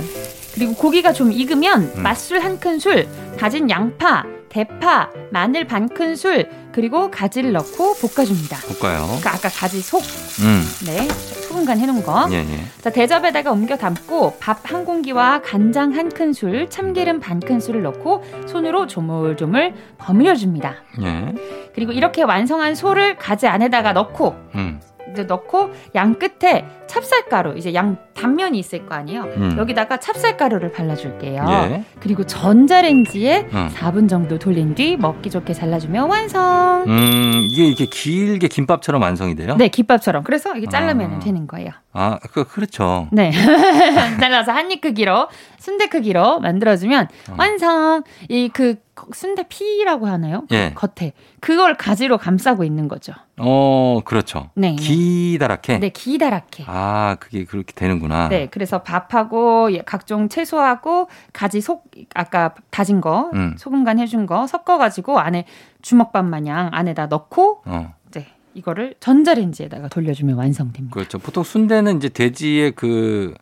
[SPEAKER 3] 그리고 고기가 좀 익으면
[SPEAKER 1] 음.
[SPEAKER 3] 맛술 한 큰술, 다진 양파, 대파, 마늘 반 큰술, 그리고 가지를 넣고 볶아줍니다.
[SPEAKER 1] 볼까요?
[SPEAKER 3] 그러니까 아까 가지 속,
[SPEAKER 1] 음.
[SPEAKER 3] 네, 소금간 해놓은 거.
[SPEAKER 1] 예, 예.
[SPEAKER 3] 자, 대접에다가 옮겨 담고 밥 한 공기와 간장 한 큰술, 참기름 반 큰술을 넣고 손으로 조물조물 버무려줍니다.
[SPEAKER 1] 예.
[SPEAKER 3] 그리고 이렇게 완성한 소를 가지 안에다가 넣고
[SPEAKER 1] 음.
[SPEAKER 3] 이제 넣고 양 끝에 찹쌀가루 이제 양 단면이 있을 거 아니에요.
[SPEAKER 1] 음.
[SPEAKER 3] 여기다가 찹쌀가루를 발라줄게요.
[SPEAKER 1] 예.
[SPEAKER 3] 그리고 전자레인지에
[SPEAKER 1] 음.
[SPEAKER 3] 4분 정도 돌린 뒤 먹기 좋게 잘라주면 완성.
[SPEAKER 1] 음, 이게 이렇게 길게 김밥처럼 완성이 돼요?
[SPEAKER 3] 네 김밥처럼. 그래서 이게 자르면
[SPEAKER 1] 음. 아.
[SPEAKER 3] 되는 거예요.
[SPEAKER 1] 아, 그, 그렇죠.
[SPEAKER 3] 네 잘라서 한입 크기로 순대 크기로 만들어주면
[SPEAKER 1] 음.
[SPEAKER 3] 완성. 이 그 순대 피라고 하나요?
[SPEAKER 1] 예.
[SPEAKER 3] 겉에 그걸 가지로 감싸고 있는 거죠.
[SPEAKER 1] 어, 그렇죠.
[SPEAKER 3] 네.
[SPEAKER 1] 기다랗게.
[SPEAKER 3] 네 기다랗게.
[SPEAKER 1] 아, 그게 그렇게 되는구나.
[SPEAKER 3] 네, 그래서 밥하고 예, 각종 채소하고 가지 속 아까 다진 거
[SPEAKER 1] 음.
[SPEAKER 3] 소금간 해준 거 섞어가지고 안에 주먹밥 마냥 안에다 넣고
[SPEAKER 1] 어,
[SPEAKER 3] 이제 이거를 전자레인지에다가 돌려주면 완성됩니다.
[SPEAKER 1] 그렇죠. 보통 순대는 이제 돼지의 그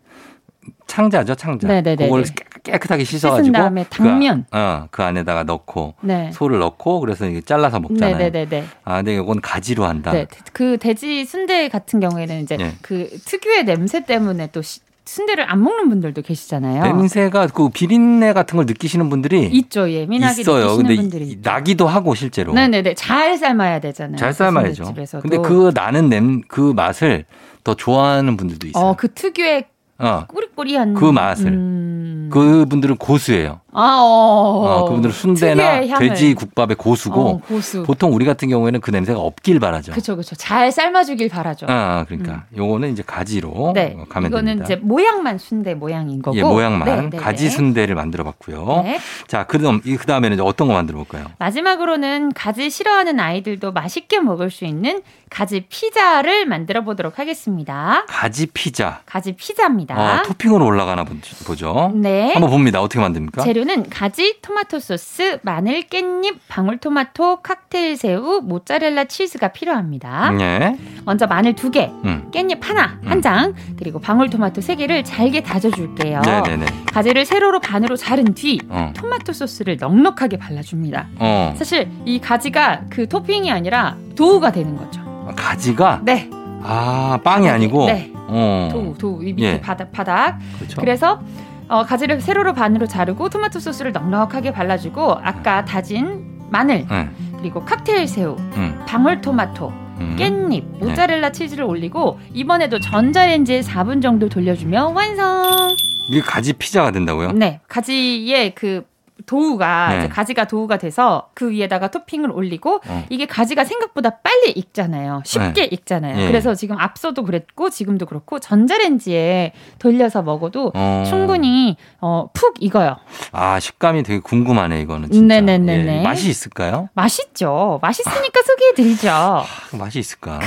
[SPEAKER 1] 창자죠, 창자.
[SPEAKER 3] 네네네네.
[SPEAKER 1] 그걸 깨- 깨끗하게
[SPEAKER 3] 씻은
[SPEAKER 1] 씻어가지고
[SPEAKER 3] 다음에 당면.
[SPEAKER 1] 그, 아- 어, 그 안에다가 넣고
[SPEAKER 3] 네.
[SPEAKER 1] 소를 넣고 그래서 이게 잘라서 먹잖아요.
[SPEAKER 3] 네네네네.
[SPEAKER 1] 아, 근데 이건 가지로 한다.
[SPEAKER 3] 네, 대- 그 돼지 순대 같은 경우에는 이제
[SPEAKER 1] 아. 예.
[SPEAKER 3] 그 특유의 냄새 때문에 또 시- 순대를 안 먹는 분들도 계시잖아요.
[SPEAKER 1] 냄새가 그 비린내 같은 걸 느끼시는 분들이
[SPEAKER 3] 있죠, 예민하게
[SPEAKER 1] 있어요.
[SPEAKER 3] 느끼시는
[SPEAKER 1] 근데 이-
[SPEAKER 3] 분들이 있죠.
[SPEAKER 1] 나기도 하고 실제로.
[SPEAKER 3] 네네네, 잘 삶아야 되잖아요.
[SPEAKER 1] 잘 삶아야죠.
[SPEAKER 3] 순대집에서도.
[SPEAKER 1] 근데 그 나는 냄, 그 맛을 더 좋아하는 분들도 있어요.
[SPEAKER 3] 어, 그 특유의
[SPEAKER 1] 어,
[SPEAKER 3] 꾸리꾸리한
[SPEAKER 1] 그 맛을.
[SPEAKER 3] 음.
[SPEAKER 1] 그분들은 고수예요.
[SPEAKER 3] 아, 어.
[SPEAKER 1] 어, 그분들은
[SPEAKER 3] 특유의
[SPEAKER 1] 순대나
[SPEAKER 3] 향을.
[SPEAKER 1] 돼지 국밥의 고수고
[SPEAKER 3] 어, 고수.
[SPEAKER 1] 보통 우리 같은 경우에는 그 냄새가 없길 바라죠.
[SPEAKER 3] 그쵸, 그쵸. 잘 삶아주길 바라죠.
[SPEAKER 1] 아, 아, 그러니까 요거는 이제 가지로
[SPEAKER 3] 음. 네,
[SPEAKER 1] 어, 가면
[SPEAKER 3] 이거는
[SPEAKER 1] 됩니다.
[SPEAKER 3] 이제 모양만 순대 모양인 거고.
[SPEAKER 1] 예, 모양만
[SPEAKER 3] 네, 네,
[SPEAKER 1] 가지
[SPEAKER 3] 네.
[SPEAKER 1] 순대를 뭐 만들어 봤고요.
[SPEAKER 3] 네.
[SPEAKER 1] 자, 그다음 이- 그다음에는 이제 어떤 거 만들어 볼까요?
[SPEAKER 3] 마지막으로는 가지 싫어하는 아이들도 맛있게 먹을 수 있는 가지 피자를 만들어 보도록 하겠습니다.
[SPEAKER 1] 가지 피자.
[SPEAKER 3] 가지 피자입니다.
[SPEAKER 1] 어, 토핑으로 올라가나 본- 보죠.
[SPEAKER 3] 네.
[SPEAKER 1] 한번 봅니다. 어떻게 만듭니까?
[SPEAKER 3] 재료는 가지, 토마토 소스, 마늘, 깻잎, 방울토마토, 칵테일 새우, 모짜렐라 치즈가 필요합니다.
[SPEAKER 1] 예.
[SPEAKER 3] 먼저 마늘 두 개,
[SPEAKER 1] 음.
[SPEAKER 3] 깻잎 하나,
[SPEAKER 1] 음.
[SPEAKER 3] 한 장, 그리고 방울토마토 세 개를 잘게 다져줄게요.
[SPEAKER 1] 네, 네, 네.
[SPEAKER 3] 가지를 세로로 반으로 자른 뒤
[SPEAKER 1] 어.
[SPEAKER 3] 토마토 소스를 넉넉하게 발라줍니다.
[SPEAKER 1] 어.
[SPEAKER 3] 사실 이 가지가 그 토핑이 아니라 도우가 되는 거죠.
[SPEAKER 1] 가지가
[SPEAKER 3] 네,
[SPEAKER 1] 아, 빵이 아니고
[SPEAKER 3] 네,
[SPEAKER 1] 어.
[SPEAKER 3] 도우, 도우 이 밑에
[SPEAKER 1] 예.
[SPEAKER 3] 바닥 바닥
[SPEAKER 1] 그렇죠.
[SPEAKER 3] 그래서 어, 가지를 세로로 반으로 자르고 토마토 소스를 넉넉하게 발라주고 아까 다진 마늘
[SPEAKER 1] 응.
[SPEAKER 3] 그리고 칵테일 새우
[SPEAKER 1] 응.
[SPEAKER 3] 방울토마토
[SPEAKER 1] 응.
[SPEAKER 3] 깻잎 모짜렐라 치즈를 올리고 이번에도 전자레인지에 4분 정도 돌려주면 완성
[SPEAKER 1] 이게 가지 피자가 된다고요?
[SPEAKER 3] 네 가지의 그 도우가
[SPEAKER 1] 네.
[SPEAKER 3] 이제 가지가 도우가 돼서 그 위에다가 토핑을 올리고
[SPEAKER 1] 어.
[SPEAKER 3] 이게 가지가 생각보다 빨리 익잖아요 쉽게 익잖아요
[SPEAKER 1] 예.
[SPEAKER 3] 그래서 지금 앞서도 그랬고 지금도 그렇고 전자레인지에 돌려서 먹어도
[SPEAKER 1] 어.
[SPEAKER 3] 충분히 어, 푹 익어요.
[SPEAKER 1] 아, 식감이 되게 궁금하네 이거는 진짜.
[SPEAKER 3] 네네네네.
[SPEAKER 1] 예, 맛이 있을까요?
[SPEAKER 3] 맛있죠. 맛있으니까 소개해드리죠.
[SPEAKER 1] 아, 맛이 있을까?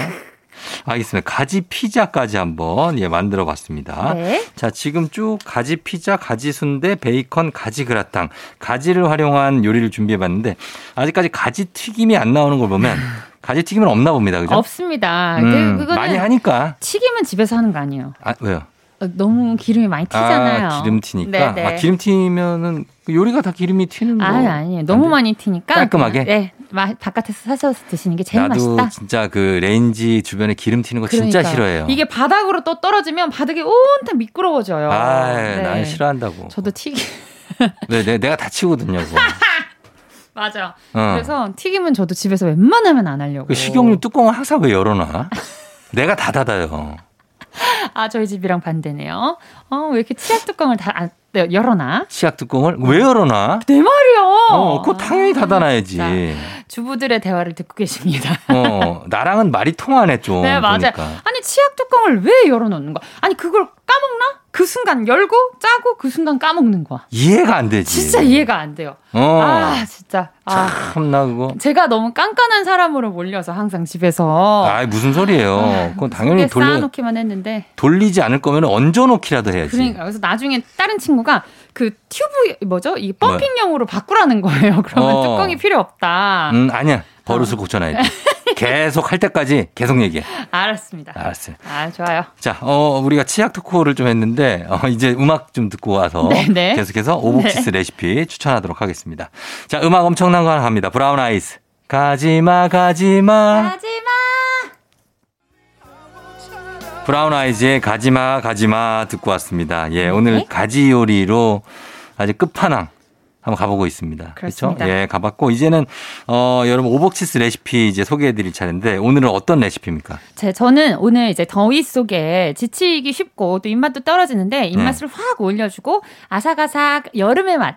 [SPEAKER 1] 알겠습니다. 가지 피자까지 한번 예 만들어 봤습니다.
[SPEAKER 3] 네.
[SPEAKER 1] 자, 지금 쭉 가지 피자, 가지 순대, 베이컨, 가지 그라탕, 가지를 활용한 요리를 준비해 봤는데 아직까지 가지 튀김이 안 나오는 걸
[SPEAKER 3] *laughs*
[SPEAKER 1] 보면 가지 튀김은 없나 봅니다. 그죠?
[SPEAKER 3] 없습니다.
[SPEAKER 1] 음,
[SPEAKER 3] 그, 그거는
[SPEAKER 1] 많이 하니까.
[SPEAKER 3] 튀김은 집에서 하는 거 아니에요.
[SPEAKER 1] 아, 왜요?
[SPEAKER 3] 어, 너무 기름이 많이 튀잖아요.
[SPEAKER 1] 아, 기름 튀니까.
[SPEAKER 3] 네네.
[SPEAKER 1] 아, 기름 튀면은 그 요리가 다 기름이 튀는 거.
[SPEAKER 3] 아니 아니에요. 너무
[SPEAKER 1] 안
[SPEAKER 3] 많이 튀니까
[SPEAKER 1] 깔끔하게?
[SPEAKER 3] 네, 마- 바깥에서 사셔서 드시는 게 제일
[SPEAKER 1] 나도
[SPEAKER 3] 맛있다.
[SPEAKER 1] 진짜 그 레인지 주변에 기름 튀는 거 진짜
[SPEAKER 3] 그러니까요.
[SPEAKER 1] 싫어해요.
[SPEAKER 3] 이게 바닥으로 또 떨어지면 바닥이 온통 미끄러워져요.
[SPEAKER 1] 아,
[SPEAKER 3] 네.
[SPEAKER 1] 난 싫어한다고.
[SPEAKER 3] 저도 튀김
[SPEAKER 1] *laughs* 네, 네, 내가 다치거든요.
[SPEAKER 3] *laughs*
[SPEAKER 1] 그거.
[SPEAKER 3] 맞아.
[SPEAKER 1] 어.
[SPEAKER 3] 그래서 튀김은 저도 집에서 웬만하면 안 하려고.
[SPEAKER 1] 그 식용유 뚜껑을 항상 왜 열어놔? 내가 다 닫아요.
[SPEAKER 3] 아 저희 집이랑 반대네요. 어왜 이렇게 치약 뚜껑을 다 안- 네, 열어놔?
[SPEAKER 1] 치약 뚜껑을 왜 열어놔?
[SPEAKER 3] 내 말이야.
[SPEAKER 1] 어, 그거 당연히 닫아놔야지.
[SPEAKER 3] 주부들의 대화를 듣고 계십니다. *laughs*
[SPEAKER 1] 어, 나랑은 말이 통하네 좀. 그러니까.
[SPEAKER 3] 네, 맞아요.
[SPEAKER 1] 보니까.
[SPEAKER 3] 아니 치약 뚜껑을 왜 열어놓는 거야? 아니 그걸 까먹나? 그 순간 열고 짜고 그 순간 까먹는 거야.
[SPEAKER 1] 이해가 안 되지.
[SPEAKER 3] 진짜 이해가 안 돼요.
[SPEAKER 1] 음. 어.
[SPEAKER 3] 아 진짜. 아
[SPEAKER 1] 참나 그거.
[SPEAKER 3] 제가 너무 깐깐한 사람으로 몰려서 항상 집에서
[SPEAKER 1] 아, 무슨 소리예요. 그건 당연히
[SPEAKER 3] 어. 속에
[SPEAKER 1] 돌려
[SPEAKER 3] 쌓아놓기만 했는데
[SPEAKER 1] 돌리지 않을 거면 얹어 놓기라도 해야지.
[SPEAKER 3] 그러니까 그래서 나중에 다른 친구가 그 튜브 뭐죠? 이
[SPEAKER 1] 뭐야?
[SPEAKER 3] 펌핑용으로 바꾸라는 거예요. 그러면
[SPEAKER 1] 네. 어.
[SPEAKER 3] 뚜껑이 필요 없다.
[SPEAKER 1] 음, 아니야.
[SPEAKER 3] 어.
[SPEAKER 1] 버릇을 고쳐놔야
[SPEAKER 3] *laughs*
[SPEAKER 1] 돼. 계속 할 때까지 계속 얘기해.
[SPEAKER 3] 알았습니다.
[SPEAKER 1] 알았어요.
[SPEAKER 3] 아 좋아요.
[SPEAKER 1] 자, 어, 우리가 치약 토크를 좀 했는데, 어, 이제 음악 좀 듣고 와서
[SPEAKER 3] 네네.
[SPEAKER 1] 계속해서 오복치스 레시피 추천하도록 하겠습니다. 자, 음악 엄청난 거 하나 갑니다. 브라운 아이스. 가지마, 가지마.
[SPEAKER 3] 하지마.
[SPEAKER 1] 브라운 아이즈의 가지마, 가지마 듣고 왔습니다. 예, 오늘
[SPEAKER 3] 네.
[SPEAKER 1] 가지 요리로 아주 끝판왕. 한번 가보고 있습니다. 그렇죠?
[SPEAKER 3] 그렇습니다.
[SPEAKER 1] 예, 가봤고 이제는 어 여러분 오복치스 레시피 이제 소개해드릴 차례인데 오늘은 어떤 레시피입니까?
[SPEAKER 3] 제 저는 오늘 이제 더위 속에 지치기 쉽고 또 입맛도
[SPEAKER 1] 네.
[SPEAKER 3] 떨어지는데 입맛을 확 올려주고 아삭아삭 여름의 맛,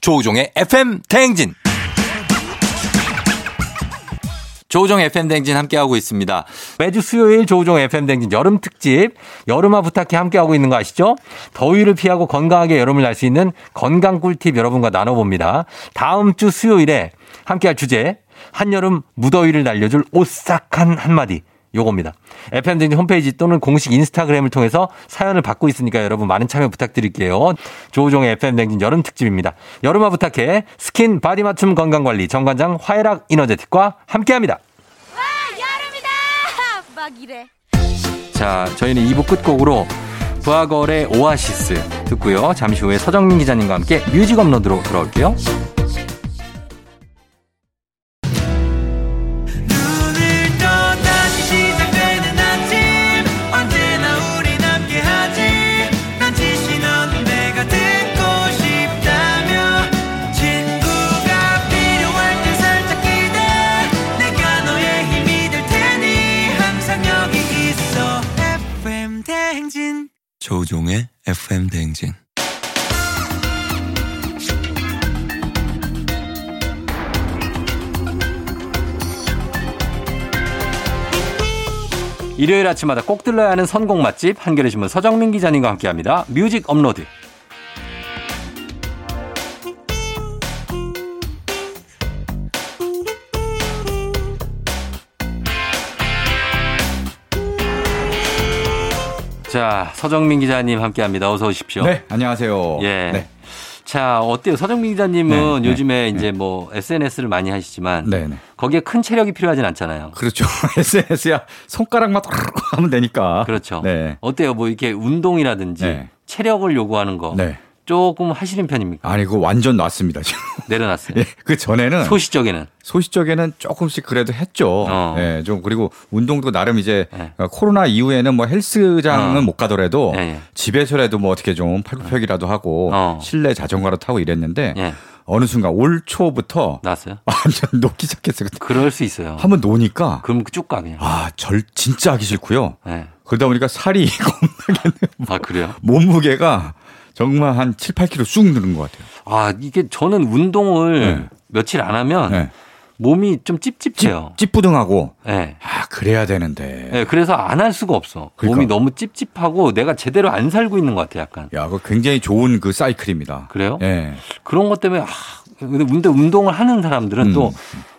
[SPEAKER 1] 조우종의 FM 대행진 조우종 FM 대행진 함께하고 있습니다. 매주 수요일 조우종 FM 대행진 여름 특집 여름아 부탁해 함께하고 있는 거 아시죠? 더위를 피하고 건강하게 여름을 날 수 있는 건강 꿀팁 여러분과 나눠봅니다. 다음 주 수요일에 함께할 주제 한여름 무더위를 날려줄 오싹한 한마디 요겁니다. FM 대행진 홈페이지 또는 공식 인스타그램을 통해서 사연을 받고 있으니까 여러분 많은 참여 부탁드릴게요. 조우종의 FM 댕진 여름 특집입니다. 여름아 부탁해 스킨 바디 맞춤 건강관리 정관장 화해락 이너제틱과 함께합니다.
[SPEAKER 4] *laughs* 막 이래.
[SPEAKER 1] 자, 저희는 2부 끝곡으로 부하걸의 오아시스 듣고요. 잠시 후에 서정민 기자님과 함께 뮤직 업로드로 돌아올게요.
[SPEAKER 5] 오늘 또 다시 시작되는 아침 언제나 우린 함께하지 난 지시 넌 내가 듣고 싶다며 친구가 필요할 때 살짝 기대 내가 너의 힘이
[SPEAKER 4] 조우종의 FM 대행진.
[SPEAKER 1] 일요일 아침마다 꼭 들러야 하는 선곡 맛집 한겨레 신문 서정민 기자님과 함께합니다. 뮤직 업로드. 자, 서정민 기자님 함께합니다. 어서 오십시오.
[SPEAKER 6] 네, 안녕하세요.
[SPEAKER 1] 예.
[SPEAKER 6] 네.
[SPEAKER 1] 자, 어때요? 서정민 기자님은
[SPEAKER 6] 네, 네,
[SPEAKER 1] 요즘에 이제 뭐 SNS를 많이 하시지만
[SPEAKER 6] 네, 네.
[SPEAKER 1] 거기에 큰 체력이 필요하진 않잖아요.
[SPEAKER 6] 그렇죠. *laughs* SNS야 손가락만 탁 하면 되니까.
[SPEAKER 1] *laughs* 그렇죠.
[SPEAKER 6] 네.
[SPEAKER 1] 어때요? 뭐 이렇게 운동이라든지
[SPEAKER 6] 네.
[SPEAKER 1] 체력을 요구하는 거
[SPEAKER 6] 네.
[SPEAKER 1] 조금 하시는 편입니까?
[SPEAKER 6] 아니, 그거 완전 놨습니다, 지금. *laughs*
[SPEAKER 1] 내려놨어요.
[SPEAKER 6] 예, 그 전에는
[SPEAKER 1] 소시적에는
[SPEAKER 6] 소시적에는 조금씩 그래도 했죠.
[SPEAKER 1] 어.
[SPEAKER 6] 예, 좀 그리고 운동도 나름 이제
[SPEAKER 1] 네.
[SPEAKER 6] 어, 코로나 이후에는 뭐 헬스장은
[SPEAKER 1] 어.
[SPEAKER 6] 못 가더라도
[SPEAKER 1] 예, 예.
[SPEAKER 6] 집에서라도 뭐 어떻게 좀 팔굽혀기라도 하고
[SPEAKER 1] 어.
[SPEAKER 6] 실내 자전거로 타고 이랬는데
[SPEAKER 1] 예
[SPEAKER 6] 어느 순간 올 초부터
[SPEAKER 1] 나왔어요.
[SPEAKER 6] *laughs* 완전 놓기 시작했어요.
[SPEAKER 1] 그럴 수 있어요.
[SPEAKER 6] 한번 노니까
[SPEAKER 1] 그럼 쭉 가 그냥.
[SPEAKER 6] 아, 절 진짜 하기 싫고요.
[SPEAKER 1] 예.
[SPEAKER 6] 그러다 보니까 살이 *laughs* 겁나게
[SPEAKER 1] 아 그래요?
[SPEAKER 6] 몸무게가 정말 한 7, 8kg 쑥 늘은 것 같아요.
[SPEAKER 1] 아 이게 저는 운동을 며칠 안 하면
[SPEAKER 6] 네.
[SPEAKER 1] 몸이 좀 찝찝해요.
[SPEAKER 6] 찌뿌둥하고
[SPEAKER 1] 예.
[SPEAKER 6] 아 그래야 되는데.
[SPEAKER 1] 예, 그래서 안 할 수가 없어.
[SPEAKER 6] 그러니까.
[SPEAKER 1] 몸이 너무 찝찝하고 내가 제대로 안 살고 있는 것 같아, 약간.
[SPEAKER 6] 야, 그거 굉장히 좋은 그 사이클입니다.
[SPEAKER 1] 그래요?
[SPEAKER 6] 예.
[SPEAKER 1] 그런 것 때문에, 아, 근데 운동- 운동을 하는 사람들은
[SPEAKER 6] 음.
[SPEAKER 1] 또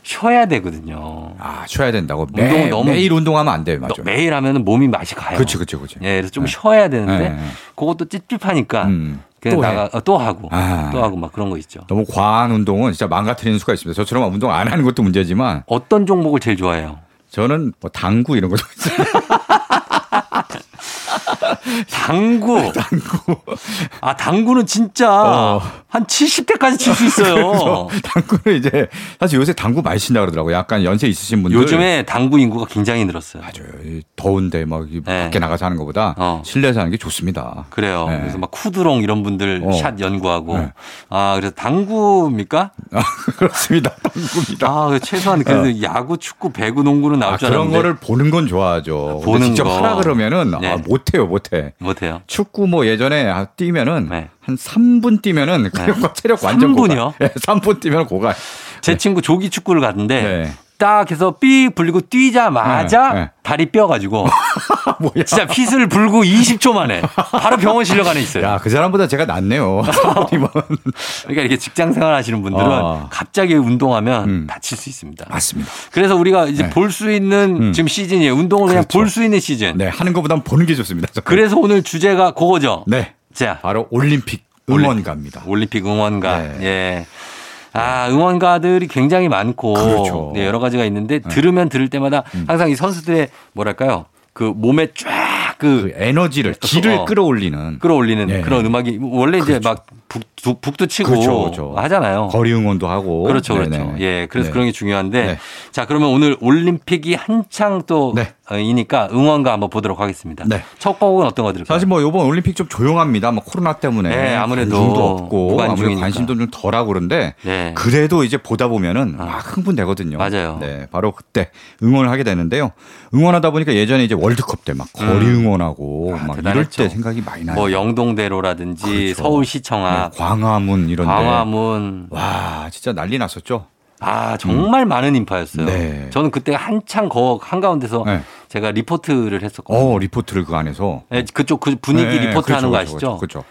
[SPEAKER 1] 쉬어야 되거든요.
[SPEAKER 6] 아, 쉬어야 된다고.
[SPEAKER 1] 운동을
[SPEAKER 6] 매,
[SPEAKER 1] 너무-
[SPEAKER 6] 매일 운동하면 안 돼요. 맞아요.
[SPEAKER 1] 너- 매일 하면 몸이 맛이 가요.
[SPEAKER 6] 그렇죠, 그렇죠, 그렇죠.
[SPEAKER 1] 예, 그래서 좀 쉬어야 되는데
[SPEAKER 6] 예, 예.
[SPEAKER 1] 그것도 찝찝하니까
[SPEAKER 6] 음.
[SPEAKER 1] 그냥
[SPEAKER 6] 또 해.
[SPEAKER 1] 나가 어, 또 하고
[SPEAKER 6] 아.
[SPEAKER 1] 또 하고 막 그런 거 있죠.
[SPEAKER 6] 너무 과한 운동은 진짜 망가뜨리는 수가 있습니다. 저처럼 운동 안 하는 것도 문제지만
[SPEAKER 1] 어떤 종목을 제일 좋아해요?
[SPEAKER 6] 저는 뭐 당구 이런 것도 있어요. *laughs* *laughs*
[SPEAKER 1] 당구. 아, 당구는 진짜
[SPEAKER 6] 어.
[SPEAKER 1] 한 70대까지 칠 수
[SPEAKER 6] *laughs*
[SPEAKER 1] 있어요.
[SPEAKER 6] 당구를 이제 사실 요새 당구 많이 친다 그러더라고요. 약간 연세 있으신 분들.
[SPEAKER 1] 요즘에 당구 인구가 굉장히 늘었어요.
[SPEAKER 6] 맞아요. 이 더운데 막 이
[SPEAKER 1] 네.
[SPEAKER 6] 밖에 나가서 하는 것보다
[SPEAKER 1] 어.
[SPEAKER 6] 실내에서 하는 게 좋습니다.
[SPEAKER 1] 그래요.
[SPEAKER 6] 네.
[SPEAKER 1] 그래서 막 쿠드롱 이런 분들
[SPEAKER 6] 어.
[SPEAKER 1] 샷 연구하고.
[SPEAKER 6] 네.
[SPEAKER 1] 아, 그래서 당구입니다.
[SPEAKER 6] 아, *laughs* 그렇습니다. 당구입니다.
[SPEAKER 1] 아, 그래서 최소한 그래도 야구, 축구, 배구, 농구는 나올
[SPEAKER 6] 어. 아,
[SPEAKER 1] 줄
[SPEAKER 6] 그런
[SPEAKER 1] 알았는데
[SPEAKER 6] 거를 보는 건 좋아하죠. 근데
[SPEAKER 1] 보는
[SPEAKER 6] 직접
[SPEAKER 1] 거.
[SPEAKER 6] 하라 그러면은
[SPEAKER 1] 네.
[SPEAKER 6] 아, 못해요, 못해.
[SPEAKER 1] 못해요.
[SPEAKER 6] 축구 뭐 예전에 아, 뛰면은
[SPEAKER 1] 네.
[SPEAKER 6] 한 3분 뛰면은 그냥 체력 완전
[SPEAKER 1] 삼분이요?
[SPEAKER 6] 고갈. 네, 3분 뛰면 고갈.
[SPEAKER 1] 제 친구 조기 축구를 갔는데
[SPEAKER 6] 네.
[SPEAKER 1] 딱 해서 삐 불리고 뛰자마자
[SPEAKER 6] 네, 네.
[SPEAKER 1] 다리 뼈가지고
[SPEAKER 6] *laughs* 아, 뭐야?
[SPEAKER 1] 진짜 핏을 불고 20초 만에 바로 병원 실려가 에 있어요.
[SPEAKER 6] 야, 그 사람보다
[SPEAKER 1] *laughs*
[SPEAKER 6] 제가 낫네요. 사모님은.
[SPEAKER 1] 그러니까 이렇게 직장 생활 하시는 분들은
[SPEAKER 6] 아.
[SPEAKER 1] 갑자기 운동하면
[SPEAKER 6] 음.
[SPEAKER 1] 다칠 수 있습니다.
[SPEAKER 6] 맞습니다.
[SPEAKER 1] 그래서 우리가 이제
[SPEAKER 6] 네.
[SPEAKER 1] 볼 수 있는
[SPEAKER 6] 음.
[SPEAKER 1] 지금 시즌이에요. 운동을 그냥
[SPEAKER 6] 그렇죠.
[SPEAKER 1] 볼 수 있는 시즌.
[SPEAKER 6] 네, 하는 것보단 보는 게 좋습니다. 저는.
[SPEAKER 1] 그래서 오늘 주제가 그거죠.
[SPEAKER 6] 네.
[SPEAKER 1] 자,
[SPEAKER 6] 바로 올림픽 응원가입니다.
[SPEAKER 1] 올림픽 응원가.
[SPEAKER 6] 네.
[SPEAKER 1] 예. 아, 응원가들이 굉장히 많고
[SPEAKER 6] 그렇죠. 음.
[SPEAKER 1] 네, 여러 가지가 있는데 들으면 들을 때마다 항상 이 선수들의 뭐랄까요? 그 몸에
[SPEAKER 6] 그
[SPEAKER 1] 쫙그
[SPEAKER 6] 에너지를 기를
[SPEAKER 1] 어.
[SPEAKER 6] 끌어올리는
[SPEAKER 1] 끌어올리는
[SPEAKER 6] 네.
[SPEAKER 1] 그런 음악이 원래 이제 막 북, 북도 치고
[SPEAKER 6] 그렇죠, 그렇죠.
[SPEAKER 1] 하잖아요.
[SPEAKER 6] 거리 응원도 하고
[SPEAKER 1] 어. 그렇죠, 그렇죠.
[SPEAKER 6] 네네.
[SPEAKER 1] 예, 그래서
[SPEAKER 6] 네.
[SPEAKER 1] 그런 게 중요한데,
[SPEAKER 6] 네.
[SPEAKER 1] 자 그러면 오늘 올림픽이 한창 또
[SPEAKER 6] 네.
[SPEAKER 1] 어, 이니까 응원가 한번 보도록 하겠습니다.
[SPEAKER 6] 네.
[SPEAKER 1] 첫 곡은 어떤 거 들을까요?
[SPEAKER 6] 사실 뭐 이번 올림픽 좀 조용합니다. 뭐 코로나 때문에
[SPEAKER 1] 네, 아무래도
[SPEAKER 6] 관심도 없고
[SPEAKER 1] 무관중이니까.
[SPEAKER 6] 아무래도 관심도 좀 덜하고 그런데
[SPEAKER 1] 네. 아.
[SPEAKER 6] 그래도 이제 보다 보면은 막 흥분되거든요.
[SPEAKER 1] 맞아요.
[SPEAKER 6] 네, 바로 그때 응원을 하게 되는데요. 응원하다 보니까 예전에 이제 월드컵 때 막 거리 응원하고
[SPEAKER 1] 아,
[SPEAKER 6] 막
[SPEAKER 1] 대단했죠.
[SPEAKER 6] 이럴 때 생각이 많이 나요.
[SPEAKER 1] 뭐 영동대로라든지
[SPEAKER 6] 그렇죠.
[SPEAKER 1] 서울시청 앞,
[SPEAKER 6] 네, 광화문 이런데
[SPEAKER 1] 광화문,
[SPEAKER 6] 와 진짜 난리 났었죠.
[SPEAKER 1] 아 정말 많은 인파였어요.
[SPEAKER 6] 음. 네.
[SPEAKER 1] 저는 그때 한창 거 한 가운데서
[SPEAKER 6] 네.
[SPEAKER 1] 제가 리포트를 했었거든요.
[SPEAKER 6] 어 리포트를 그 안에서
[SPEAKER 1] 예, 그쪽 그 분위기
[SPEAKER 6] 네,
[SPEAKER 1] 리포트하는
[SPEAKER 6] 그렇죠,
[SPEAKER 1] 거
[SPEAKER 6] 그렇죠,
[SPEAKER 1] 아시죠?
[SPEAKER 6] 그렇죠.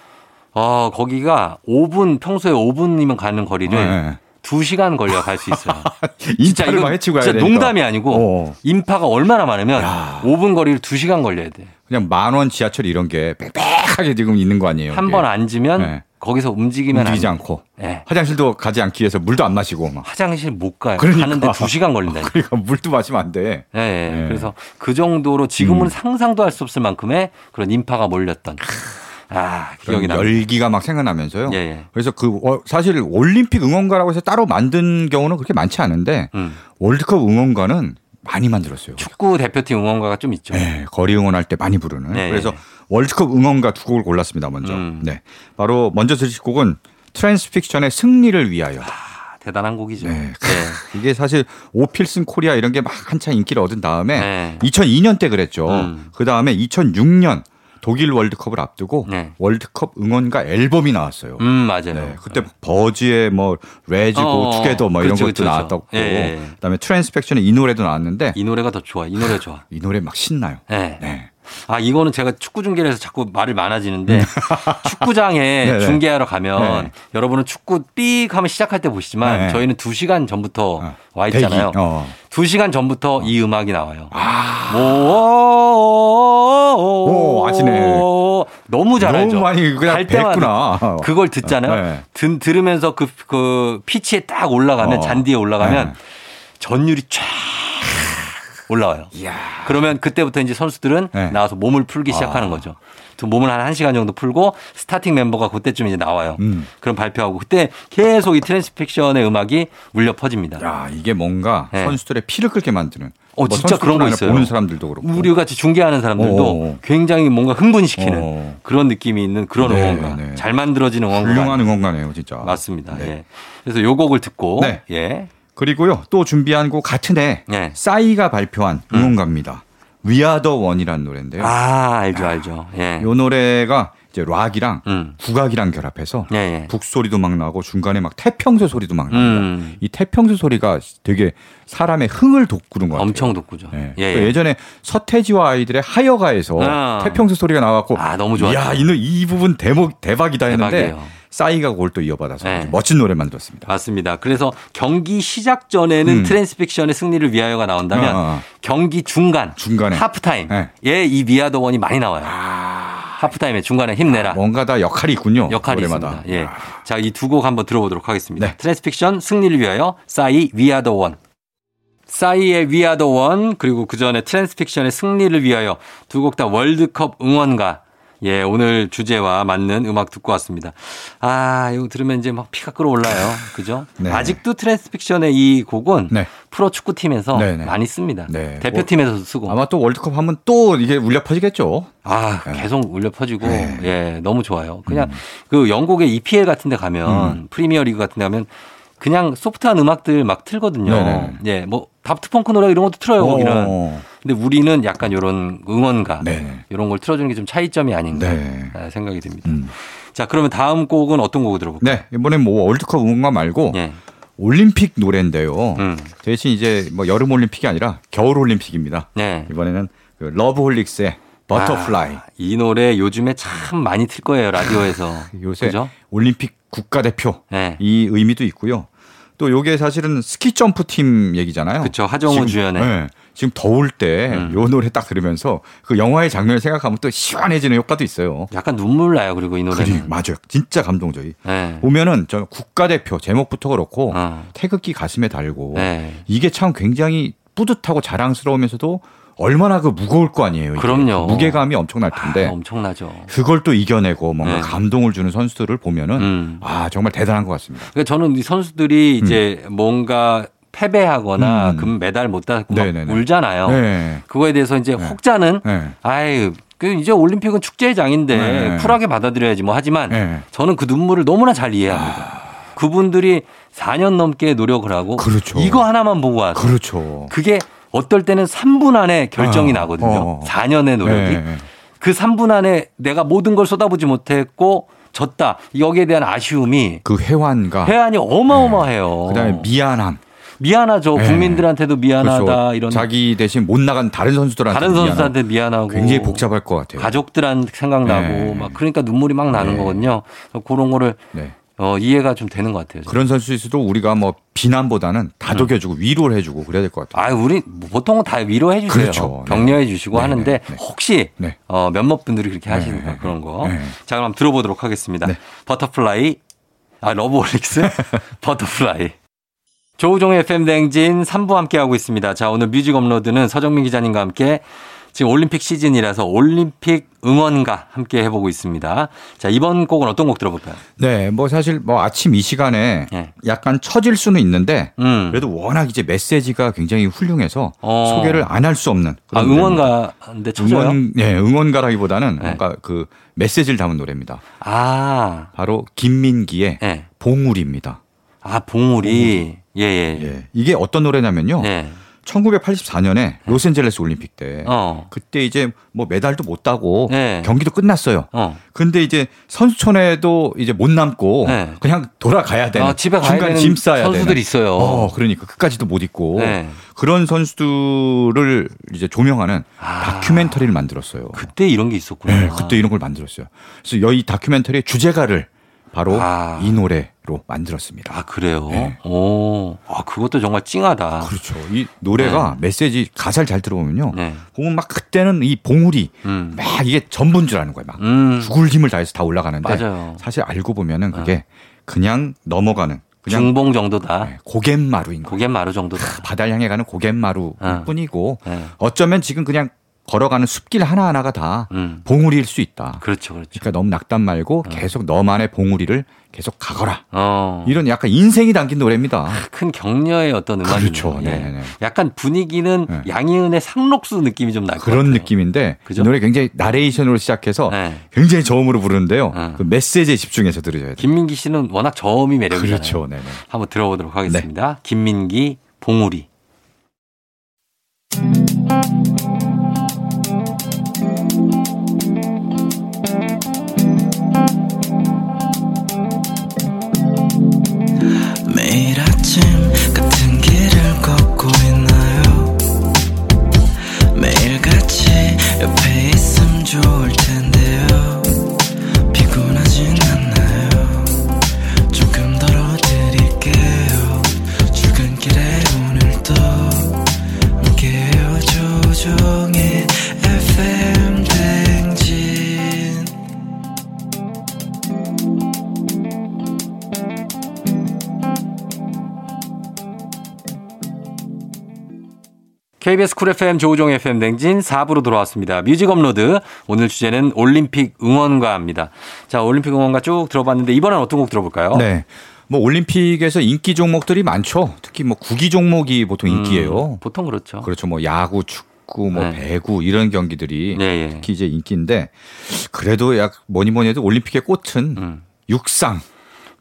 [SPEAKER 1] 어 거기가 5분 평소에 5분이면 가는 거리를
[SPEAKER 6] 네.
[SPEAKER 1] 두 2시간 걸려 갈 수
[SPEAKER 6] *laughs*
[SPEAKER 1] 있어요.
[SPEAKER 6] 진짜
[SPEAKER 1] 이거
[SPEAKER 6] 이거 해치고 가야
[SPEAKER 1] 진짜
[SPEAKER 6] 되니까.
[SPEAKER 1] 농담이 아니고
[SPEAKER 6] 어.
[SPEAKER 1] 인파가 얼마나 많으면 5분 거리를 2시간 걸려야 돼.
[SPEAKER 6] 그냥 만 원 지하철 이런 게 빽빽하게 지금 있는 거 아니에요.
[SPEAKER 1] 한
[SPEAKER 6] 이게.
[SPEAKER 1] 번 앉으면
[SPEAKER 6] 네.
[SPEAKER 1] 거기서 움직이면
[SPEAKER 6] 움직이지
[SPEAKER 1] 안 돼.
[SPEAKER 6] 않고
[SPEAKER 1] 네.
[SPEAKER 6] 화장실도 가지 않기 위해서 물도 안 마시고 막
[SPEAKER 1] 화장실 못 가요.
[SPEAKER 6] 그러니까.
[SPEAKER 1] 가는데 2시간 걸린다.
[SPEAKER 6] *laughs* 그러니까 물도 마시면 안 돼.
[SPEAKER 1] 예, 예.
[SPEAKER 6] 네.
[SPEAKER 1] 그래서 그 정도로 지금은
[SPEAKER 6] 음.
[SPEAKER 1] 상상도 할 수 없을 만큼의 그런 인파가 몰렸던 아 기억이 나.
[SPEAKER 6] 열기가 막 생각나면서요.
[SPEAKER 1] 예, 예.
[SPEAKER 6] 그래서 그 어, 사실 올림픽 응원가라고 해서 따로 만든 경우는 그렇게 많지 않은데
[SPEAKER 1] 음.
[SPEAKER 6] 월드컵 응원가는 많이 만들었어요.
[SPEAKER 1] 축구 대표팀 응원가가 좀 있죠.
[SPEAKER 6] 네, 거리 응원할 때 많이 부르는.
[SPEAKER 1] 네,
[SPEAKER 6] 그래서
[SPEAKER 1] 네.
[SPEAKER 6] 월드컵 응원가 두 곡을 골랐습니다. 먼저.
[SPEAKER 1] 음.
[SPEAKER 6] 네, 바로 먼저 들으실 곡은 트랜스픽션의 승리를 위하여.
[SPEAKER 1] 아, 대단한 곡이죠.
[SPEAKER 6] 네.
[SPEAKER 1] 네.
[SPEAKER 6] 이게 사실 오필슨 코리아 이런 게 막 한창 인기를 얻은 다음에
[SPEAKER 1] 네.
[SPEAKER 6] 2002년 때 그랬죠.
[SPEAKER 1] 음.
[SPEAKER 6] 그 다음에 2006년 독일 월드컵을 앞두고
[SPEAKER 1] 네.
[SPEAKER 6] 월드컵 응원가 앨범이 나왔어요.
[SPEAKER 1] 음 맞아요.
[SPEAKER 6] 네, 그때 버지의 뭐 레지고
[SPEAKER 1] 어,
[SPEAKER 6] 투게더 뭐 이런
[SPEAKER 1] 그쵸,
[SPEAKER 6] 것도
[SPEAKER 1] 그쵸, 그쵸.
[SPEAKER 6] 나왔었고
[SPEAKER 1] 예, 예.
[SPEAKER 6] 그다음에 트랜스펙션의 이 노래도 나왔는데 이,
[SPEAKER 1] 이 노래가 더 좋아. 이 노래 좋아.
[SPEAKER 6] 노래 막 신나요.
[SPEAKER 1] 네.
[SPEAKER 6] 네.
[SPEAKER 1] 아 이거는 제가 축구 중계를 해서 자꾸 말이 많아지는데 *laughs* 축구장에
[SPEAKER 6] 음. 네.
[SPEAKER 1] 중계하러 가면
[SPEAKER 6] 네.
[SPEAKER 1] 여러분은 축구 삑 하면 시작할 때 보시지만
[SPEAKER 6] 네.
[SPEAKER 1] 저희는 2시간 전부터
[SPEAKER 6] 어,
[SPEAKER 1] 와 있잖아요.
[SPEAKER 6] 대기. 어.
[SPEAKER 1] 2시간 전부터 이 음악이 나와요.
[SPEAKER 6] 아,
[SPEAKER 1] 오,
[SPEAKER 6] 오, 아시네.
[SPEAKER 1] 너무 잘 알죠.
[SPEAKER 6] 너무 많이 그냥
[SPEAKER 1] 갈 때마다
[SPEAKER 6] 뱉구나. 어.
[SPEAKER 1] 그걸 듣잖아요.
[SPEAKER 6] 네.
[SPEAKER 1] 든, 들으면서 그, 그 피치에 딱 올라가면
[SPEAKER 6] 어.
[SPEAKER 1] 잔디에 올라가면
[SPEAKER 6] 네.
[SPEAKER 1] 전율이 쫙 올라와요. 그러면 그때부터 이제 선수들은
[SPEAKER 6] 네.
[SPEAKER 1] 나와서 몸을 풀기 시작하는 거죠. 그 몸을 한 1시간 정도 풀고 스타팅 멤버가 그때쯤 이제 나와요.
[SPEAKER 6] 음.
[SPEAKER 1] 그럼 발표하고 그때 계속 이 트랜스픽션의 음악이 울려 퍼집니다.
[SPEAKER 6] 야 이게 뭔가
[SPEAKER 1] 네.
[SPEAKER 6] 선수들의 피를 끓게 만드는. 뭐
[SPEAKER 1] 어, 진짜
[SPEAKER 6] 선수들
[SPEAKER 1] 그런 거
[SPEAKER 6] 아니라
[SPEAKER 1] 있어요.
[SPEAKER 6] 보는 사람들도 그렇고.
[SPEAKER 1] 우리 같이 중계하는 사람들도
[SPEAKER 6] 어.
[SPEAKER 1] 굉장히 뭔가 흥분시키는
[SPEAKER 6] 어.
[SPEAKER 1] 그런 느낌이 있는 그런
[SPEAKER 6] 네,
[SPEAKER 1] 응원가.
[SPEAKER 6] 네.
[SPEAKER 1] 잘 만들어진 응원가.
[SPEAKER 6] 훌륭한 응원가네요, 진짜.
[SPEAKER 1] 맞습니다.
[SPEAKER 6] 네.
[SPEAKER 1] 예. 그래서 요 곡을 듣고
[SPEAKER 6] 네.
[SPEAKER 1] 예.
[SPEAKER 6] 그리고요 또 준비한 곡 같은 해
[SPEAKER 1] 네.
[SPEAKER 6] 싸이가 발표한 응원가입니다. 위아더 원이라는 노래인데요.
[SPEAKER 1] 음. 아, 알죠, 알죠. 예.
[SPEAKER 6] 네. 요 노래가 이제 락이랑
[SPEAKER 1] 음.
[SPEAKER 6] 국악이랑 결합해서
[SPEAKER 1] 예, 예.
[SPEAKER 6] 북소리도 막 나고 중간에 막 태평소 소리도 막 납니다.
[SPEAKER 1] 음.
[SPEAKER 6] 이 태평소 소리가 되게 사람의 흥을 돋구는 것 같아요.
[SPEAKER 1] 엄청 돋구죠.
[SPEAKER 6] 예.
[SPEAKER 1] 예,
[SPEAKER 6] 그
[SPEAKER 1] 예.
[SPEAKER 6] 예전에 서태지와 아이들의 하여가에서
[SPEAKER 1] 아.
[SPEAKER 6] 태평소 소리가 나왔고
[SPEAKER 1] 아, 너무 좋았죠.
[SPEAKER 6] 야, 이, 노- 이 부분 대목 대박이다 했는데
[SPEAKER 1] 대박이에요.
[SPEAKER 6] 싸이가 그걸 또 이어받아서
[SPEAKER 1] 네.
[SPEAKER 6] 아주 멋진 노래 만들었습니다.
[SPEAKER 1] 맞습니다. 그래서 경기 시작 전에는
[SPEAKER 6] 음.
[SPEAKER 1] 트랜스픽션의 승리를 위하여가 나온다면
[SPEAKER 6] 어, 어.
[SPEAKER 1] 경기 중간,
[SPEAKER 6] 중간에.
[SPEAKER 1] 하프타임,
[SPEAKER 6] 네.
[SPEAKER 1] 예, 이 미아더원이 많이 나와요. 하프타임에 중간에 힘내라.
[SPEAKER 6] 뭔가 다 역할이 있군요.
[SPEAKER 1] 역할이
[SPEAKER 6] 노래마다. 아.
[SPEAKER 1] 있습니다. 예. 자, 이 두 곡 한번 들어보도록 하겠습니다.
[SPEAKER 6] 네.
[SPEAKER 1] 트랜스픽션 승리를 위하여 싸이 위아더 원. 싸이의 위아더 원 그리고 그 전에 트랜스픽션의 승리를 위하여 두 곡 다 월드컵 응원가. 예, 오늘 주제와 맞는 음악 듣고 왔습니다. 아, 이거 들으면 이제 막 피가 끓어올라요. 그죠?
[SPEAKER 6] *laughs* 네.
[SPEAKER 1] 아직도 트랜스픽션의 이 곡은
[SPEAKER 6] 네.
[SPEAKER 1] 프로 축구팀에서
[SPEAKER 6] 네, 네.
[SPEAKER 1] 많이 씁니다.
[SPEAKER 6] 네.
[SPEAKER 1] 대표팀에서도 쓰고.
[SPEAKER 6] 아마 또 월드컵 하면 또 이게 울려 퍼지겠죠.
[SPEAKER 1] 아,
[SPEAKER 6] 네.
[SPEAKER 1] 계속 울려 퍼지고,
[SPEAKER 6] 네. 음.
[SPEAKER 1] 예, 너무 좋아요. 그냥 그 영국의 EPL 같은 데 가면, 프리미어 리그 같은 데 가면, 그냥 소프트한 음악들 막 틀거든요.
[SPEAKER 6] 네네.
[SPEAKER 1] 예, 뭐, 다프트펑크 노래 이런 것도 틀어요, 거기는.
[SPEAKER 6] 어.
[SPEAKER 1] 근데 우리는 약간 이런 응원가,
[SPEAKER 6] 네네.
[SPEAKER 1] 이런 걸 틀어주는 게 좀 차이점이 아닌가
[SPEAKER 6] 네.
[SPEAKER 1] 아, 생각이 듭니다. 자, 그러면 다음 곡은 어떤 곡을 들어볼까요?
[SPEAKER 6] 네, 이번엔 뭐 월드컵 응원가 말고
[SPEAKER 1] 예.
[SPEAKER 6] 올림픽 노래인데요.
[SPEAKER 1] 음.
[SPEAKER 6] 대신 이제 뭐 여름 올림픽이 아니라 겨울 올림픽입니다.
[SPEAKER 1] 네.
[SPEAKER 6] 이번에는 그 러브홀릭스의 버터플라이.
[SPEAKER 1] 아, 이 노래 요즘에 참 많이 틀 거예요, 라디오에서.
[SPEAKER 6] *laughs* 요새
[SPEAKER 1] 그죠?
[SPEAKER 6] 올림픽 국가대표
[SPEAKER 1] 네.
[SPEAKER 6] 이 의미도 있고요. 또 요게 사실은 스키 점프 팀 얘기잖아요.
[SPEAKER 1] 그쵸, 하정우
[SPEAKER 6] 지금,
[SPEAKER 1] 주연의.
[SPEAKER 6] 네, 지금 더울 때
[SPEAKER 1] 음.
[SPEAKER 6] 요 노래 딱 들으면서 그 영화의 장면을 생각하면 또 시원해지는 효과도 있어요.
[SPEAKER 1] 약간 눈물 나요, 그리고 이
[SPEAKER 6] 그리,
[SPEAKER 1] 노래는.
[SPEAKER 6] 맞아요. 진짜 감동적이.
[SPEAKER 1] 네.
[SPEAKER 6] 보면은 저 국가대표 제목부터 그렇고
[SPEAKER 1] 어.
[SPEAKER 6] 태극기 가슴에 달고
[SPEAKER 1] 네.
[SPEAKER 6] 이게 참 굉장히 뿌듯하고 자랑스러우면서도 얼마나 그 무거울 거 아니에요. 이게.
[SPEAKER 1] 그럼요.
[SPEAKER 6] 무게감이 엄청날 텐데
[SPEAKER 1] 아, 엄청나죠.
[SPEAKER 6] 그걸 또 이겨내고 뭔가
[SPEAKER 1] 네.
[SPEAKER 6] 감동을 주는 선수들을 보면은
[SPEAKER 1] 음.
[SPEAKER 6] 아 정말 대단한 것 같습니다.
[SPEAKER 1] 그러니까 저는 이 선수들이 이제 뭔가 패배하거나
[SPEAKER 6] 음.
[SPEAKER 1] 금메달 못 따고 막
[SPEAKER 6] 네네네.
[SPEAKER 1] 울잖아요.
[SPEAKER 6] 네.
[SPEAKER 1] 그거에 대해서 이제 혹자는
[SPEAKER 6] 네.
[SPEAKER 1] 아유, 그 이제 올림픽은 축제의 장인데
[SPEAKER 6] 네.
[SPEAKER 1] 쿨하게 받아들여야지 뭐 하지만
[SPEAKER 6] 네. 아.
[SPEAKER 1] 저는 그 눈물을 너무나 잘 이해합니다. 그분들이 4년 넘게 노력을 하고
[SPEAKER 6] 그렇죠.
[SPEAKER 1] 이거 하나만 보고 와서
[SPEAKER 6] 그렇죠.
[SPEAKER 1] 그게 어떨 때는 3분 안에 결정이
[SPEAKER 6] 어,
[SPEAKER 1] 나거든요.
[SPEAKER 6] 어.
[SPEAKER 1] 4년의 노력이.
[SPEAKER 6] 네.
[SPEAKER 1] 그 3분 안에 내가 모든 걸 쏟아보지 못했고 졌다. 여기에 대한 아쉬움이
[SPEAKER 6] 그 회환과
[SPEAKER 1] 회한이 어마어마해요.
[SPEAKER 6] 네. 그다음에 미안함.
[SPEAKER 1] 미안, 하죠
[SPEAKER 6] 네.
[SPEAKER 1] 국민들한테도 미안하다
[SPEAKER 6] 그렇죠.
[SPEAKER 1] 이런
[SPEAKER 6] 자기 대신 못 나간 다른 선수들한테
[SPEAKER 1] 다른
[SPEAKER 6] 미안함.
[SPEAKER 1] 선수한테 미안하고
[SPEAKER 6] 굉장히 복잡할 것 같아요.
[SPEAKER 1] 가족들한테 생각나고
[SPEAKER 6] 네.
[SPEAKER 1] 막 그러니까 눈물이 막 나는
[SPEAKER 6] 네.
[SPEAKER 1] 거거든요. 그래서 그런 거를
[SPEAKER 6] 네.
[SPEAKER 1] 어, 이해가 좀 되는 것 같아요.
[SPEAKER 6] 그런 선수일수록 우리가 뭐 비난보다는 다독여주고 위로를 해주고 그래야 될 것 같아요.
[SPEAKER 1] 음. 아, 우리 보통은 다 위로해 주세요.
[SPEAKER 6] 그렇죠. 네.
[SPEAKER 1] 격려해 주시고
[SPEAKER 6] 네,
[SPEAKER 1] 하는데
[SPEAKER 6] 네, 네.
[SPEAKER 1] 혹시
[SPEAKER 6] 네.
[SPEAKER 1] 어, 몇몇 분들이 그렇게 하시니까
[SPEAKER 6] 네.
[SPEAKER 1] 그런 거.
[SPEAKER 6] 네.
[SPEAKER 1] 자, 그럼 들어보도록 하겠습니다. 버터플라이 아,
[SPEAKER 6] *laughs*
[SPEAKER 1] 러브올릭스 버터플라이 조우종의 FM댕진 3부 함께하고 있습니다. 자, 오늘 뮤직 업로드는 서정민 기자님과 함께 지금 올림픽 시즌이라서 올림픽 응원가 함께 해보고 있습니다. 자, 이번 곡은 어떤 곡 들어볼까요?
[SPEAKER 6] 네, 뭐 사실 뭐 아침 이 시간에
[SPEAKER 1] 네.
[SPEAKER 6] 약간 처질 수는 있는데
[SPEAKER 1] 음.
[SPEAKER 6] 그래도 워낙 이제 메시지가 굉장히 훌륭해서
[SPEAKER 1] 어.
[SPEAKER 6] 소개를 안 할 수 없는
[SPEAKER 1] 아,
[SPEAKER 6] 그런 노래입니다.
[SPEAKER 1] 응원가인데 쳐줘요?
[SPEAKER 6] 네. 응원, 예, 응원가라기보다는
[SPEAKER 1] 네.
[SPEAKER 6] 뭔가 그 메시지를 담은 노래입니다.
[SPEAKER 1] 아,
[SPEAKER 6] 바로 김민기의
[SPEAKER 1] 예.
[SPEAKER 6] 봉우리입니다.
[SPEAKER 1] 아, 봉우리. 예, 예.
[SPEAKER 6] 예, 이게 어떤 노래냐면요.
[SPEAKER 1] 예.
[SPEAKER 6] 1984년에 로스앤젤레스 올림픽 때
[SPEAKER 1] 네. 어.
[SPEAKER 6] 그때 이제 뭐 메달도 못 따고
[SPEAKER 1] 네.
[SPEAKER 6] 경기도 끝났어요.
[SPEAKER 1] 어.
[SPEAKER 6] 근데 이제 선수촌에도 이제 못 남고
[SPEAKER 1] 네.
[SPEAKER 6] 그냥 돌아가야 되는
[SPEAKER 1] 아, 집에 가야
[SPEAKER 6] 중간에
[SPEAKER 1] 되는
[SPEAKER 6] 짐 싸야
[SPEAKER 1] 선수들이
[SPEAKER 6] 되는.
[SPEAKER 1] 있어요.
[SPEAKER 6] 어, 그러니까 끝까지도 못 있고
[SPEAKER 1] 네.
[SPEAKER 6] 그런 선수들을 이제 조명하는
[SPEAKER 1] 아.
[SPEAKER 6] 다큐멘터리를 만들었어요.
[SPEAKER 1] 그때 이런 게 있었구나.
[SPEAKER 6] 네, 그때 이런 걸 만들었어요. 그래서 여기 다큐멘터리의 주제가를 바로
[SPEAKER 1] 아.
[SPEAKER 6] 이 노래로 만들었습니다.
[SPEAKER 1] 아 그래요.
[SPEAKER 6] 네.
[SPEAKER 1] 오, 아 그것도 정말 찡하다.
[SPEAKER 6] 그렇죠. 이 노래가 메시지 가사를 잘 들어보면요.
[SPEAKER 1] 네.
[SPEAKER 6] 보면 막 그때는 이 봉우리
[SPEAKER 1] 음.
[SPEAKER 6] 막 이게 전부인 줄 아는 거예요. 막
[SPEAKER 1] 음.
[SPEAKER 6] 죽을 힘을 다해서 다 올라가는데
[SPEAKER 1] 맞아요. 네.
[SPEAKER 6] 사실 알고 보면은 그게 그냥 넘어가는 그냥
[SPEAKER 1] 중봉 정도다.
[SPEAKER 6] 네, 고갯마루인 거.
[SPEAKER 1] 고개 마루 정도다.
[SPEAKER 6] 바다를 향해 가는 고갯마루
[SPEAKER 1] 어.
[SPEAKER 6] 뿐이고
[SPEAKER 1] 아. 네.
[SPEAKER 6] 어쩌면 지금 그냥 걸어가는 숲길 하나하나가 다
[SPEAKER 1] 음.
[SPEAKER 6] 봉우리일 수 있다.
[SPEAKER 1] 그렇죠, 그렇죠.
[SPEAKER 6] 그러니까 너무 낙담 말고 계속 너만의 봉우리를 계속 가거라.
[SPEAKER 1] 어. 아,
[SPEAKER 6] 이런 약간 인생이 담긴 노래입니다.
[SPEAKER 1] 큰 격려의 어떤 음악이네요.
[SPEAKER 6] 그렇죠.
[SPEAKER 1] 예.
[SPEAKER 6] 네네네.
[SPEAKER 1] 약간 분위기는
[SPEAKER 6] 네.
[SPEAKER 1] 양희은의 상록수 느낌이 좀 날 것 같아요.
[SPEAKER 6] 그런 느낌인데
[SPEAKER 1] 그죠?
[SPEAKER 6] 이 노래 굉장히 나레이션으로 시작해서
[SPEAKER 1] 네.
[SPEAKER 6] 굉장히 저음으로 부르는데요.
[SPEAKER 1] 어.
[SPEAKER 6] 그 메시지에 집중해서 들으셔야 돼요.
[SPEAKER 1] 김민기 씨는 워낙 저음이 매력이잖아요.
[SPEAKER 6] 그렇죠. 네. 네네.
[SPEAKER 1] 한번 들어보도록 하겠습니다. 김민기 봉우리.
[SPEAKER 5] 매일 아침 같은 길을 걷고 있나요 매일 같이 옆에 있음 좋을 텐데요 피곤하진 않나요 조금 덜어드릴게요 출근길에 오늘도 함께해요 조종의 FM 댕진
[SPEAKER 1] KBS 쿨 FM 조우종 FM 댕진 4부로 돌아왔습니다. 뮤직 업로드. 오늘 주제는 올림픽 응원가입니다. 자, 올림픽 응원가 쭉 들어봤는데 이번엔 어떤 곡 들어볼까요?
[SPEAKER 6] 네. 뭐 올림픽에서 인기 종목들이 많죠. 특히 뭐 구기 종목이 보통
[SPEAKER 1] 음,
[SPEAKER 6] 인기예요.
[SPEAKER 1] 보통 그렇죠.
[SPEAKER 6] 그렇죠. 뭐 야구, 축구, 뭐
[SPEAKER 1] 네.
[SPEAKER 6] 배구 이런 경기들이
[SPEAKER 1] 예, 예.
[SPEAKER 6] 특히 이제 인기인데 그래도 약 뭐니 뭐니 해도 올림픽의 꽃은
[SPEAKER 1] 음.
[SPEAKER 6] 육상.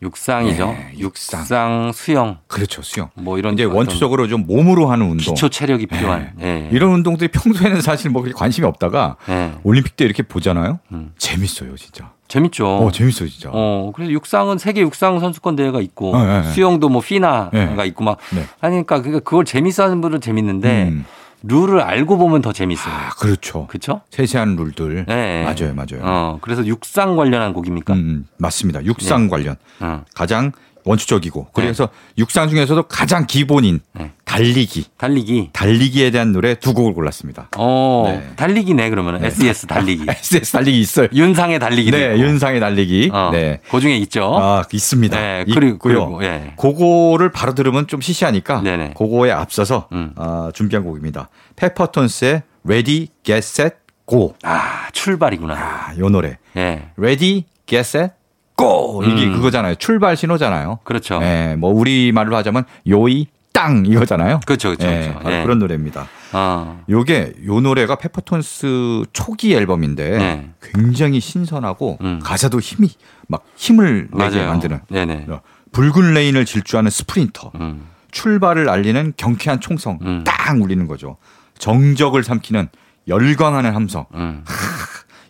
[SPEAKER 1] 육상이죠.
[SPEAKER 6] 네, 육상.
[SPEAKER 1] 육상, 수영
[SPEAKER 6] 그렇죠. 수영.
[SPEAKER 1] 뭐 이런
[SPEAKER 6] 이제
[SPEAKER 1] 어떤
[SPEAKER 6] 원초적으로 좀 몸으로 하는 운동.
[SPEAKER 1] 기초 체력이 필요한. 예.
[SPEAKER 6] 이런 운동들이 평소에는 사실 뭐 그렇게 관심이 없다가
[SPEAKER 1] 예.
[SPEAKER 6] 올림픽 때 이렇게 보잖아요.
[SPEAKER 1] 음.
[SPEAKER 6] 재밌어요, 진짜.
[SPEAKER 1] 재밌죠.
[SPEAKER 6] 어, 재밌어요, 진짜.
[SPEAKER 1] 어, 그래서 육상은 세계 육상 선수권 대회가 있고
[SPEAKER 6] 네, 네, 네.
[SPEAKER 1] 수영도 뭐 피나가
[SPEAKER 6] 네.
[SPEAKER 1] 있고 막
[SPEAKER 6] 네.
[SPEAKER 1] 하니까 그러니까 그걸 재밌어 하는 분은 재밌는데
[SPEAKER 6] 음.
[SPEAKER 1] 룰을 알고 보면 더 재밌어요.
[SPEAKER 6] 아, 그렇죠.
[SPEAKER 1] 그렇죠?
[SPEAKER 6] 세세한 룰들.
[SPEAKER 1] 네.
[SPEAKER 6] 맞아요, 맞아요.
[SPEAKER 1] 어, 그러니까. 그래서 육상 관련한 곡입니까?
[SPEAKER 6] 그러니까. 음, 맞습니다. 육상 관련
[SPEAKER 1] 어,
[SPEAKER 6] 가장 원초적이고 그래서
[SPEAKER 1] 예.
[SPEAKER 6] 육상 중에서도 가장 기본인
[SPEAKER 1] 네.
[SPEAKER 6] 달리기,
[SPEAKER 1] 달리기.
[SPEAKER 6] 달리기에 대한 노래 두 곡을 골랐습니다.
[SPEAKER 1] 어,
[SPEAKER 6] 네.
[SPEAKER 1] 달리기네 그러면 SES
[SPEAKER 6] *laughs*
[SPEAKER 1] 달리기.
[SPEAKER 6] SS 달리기 있어요.
[SPEAKER 1] 윤상의 달리기.
[SPEAKER 6] 네, 윤상의 달리기.
[SPEAKER 1] 예. 어,
[SPEAKER 6] 네.
[SPEAKER 1] 그 중에 있죠.
[SPEAKER 6] 아, 있습니다.
[SPEAKER 1] 네, 그리고
[SPEAKER 6] 있고요.
[SPEAKER 1] 그리고 예.
[SPEAKER 6] 그거를 바로 들으면 좀 시시하니까
[SPEAKER 1] 네네.
[SPEAKER 6] 그거에 앞서서
[SPEAKER 1] 음.
[SPEAKER 6] 아, 준비한 곡입니다. 페퍼톤스의 Ready, Get Set, Go.
[SPEAKER 1] 아, 출발이구나.
[SPEAKER 6] 아, 요 노래.
[SPEAKER 1] 예.
[SPEAKER 6] Ready, Get Set, Go. 이게
[SPEAKER 1] 음.
[SPEAKER 6] 그거잖아요. 출발 신호잖아요.
[SPEAKER 1] 그렇죠.
[SPEAKER 6] 예, 뭐 우리 말로 하자면 요이 땅 이거잖아요.
[SPEAKER 1] 그렇죠. 그렇죠.
[SPEAKER 6] 예,
[SPEAKER 1] 그렇죠.
[SPEAKER 6] 바로
[SPEAKER 1] 예.
[SPEAKER 6] 그런 노래입니다.
[SPEAKER 1] 어.
[SPEAKER 6] 요게 요 노래가 페퍼톤스 초기 앨범인데
[SPEAKER 1] 네.
[SPEAKER 6] 굉장히 신선하고
[SPEAKER 1] 음.
[SPEAKER 6] 가사도 힘이 막 힘을 내게
[SPEAKER 1] 맞아요.
[SPEAKER 6] 만드는
[SPEAKER 1] 네네.
[SPEAKER 6] 어, 붉은 레인을 질주하는 스프린터
[SPEAKER 1] 음.
[SPEAKER 6] 출발을 알리는 경쾌한 총성
[SPEAKER 1] 음.
[SPEAKER 6] 딱 울리는 거죠. 정적을 삼키는 열광하는 함성
[SPEAKER 1] 음.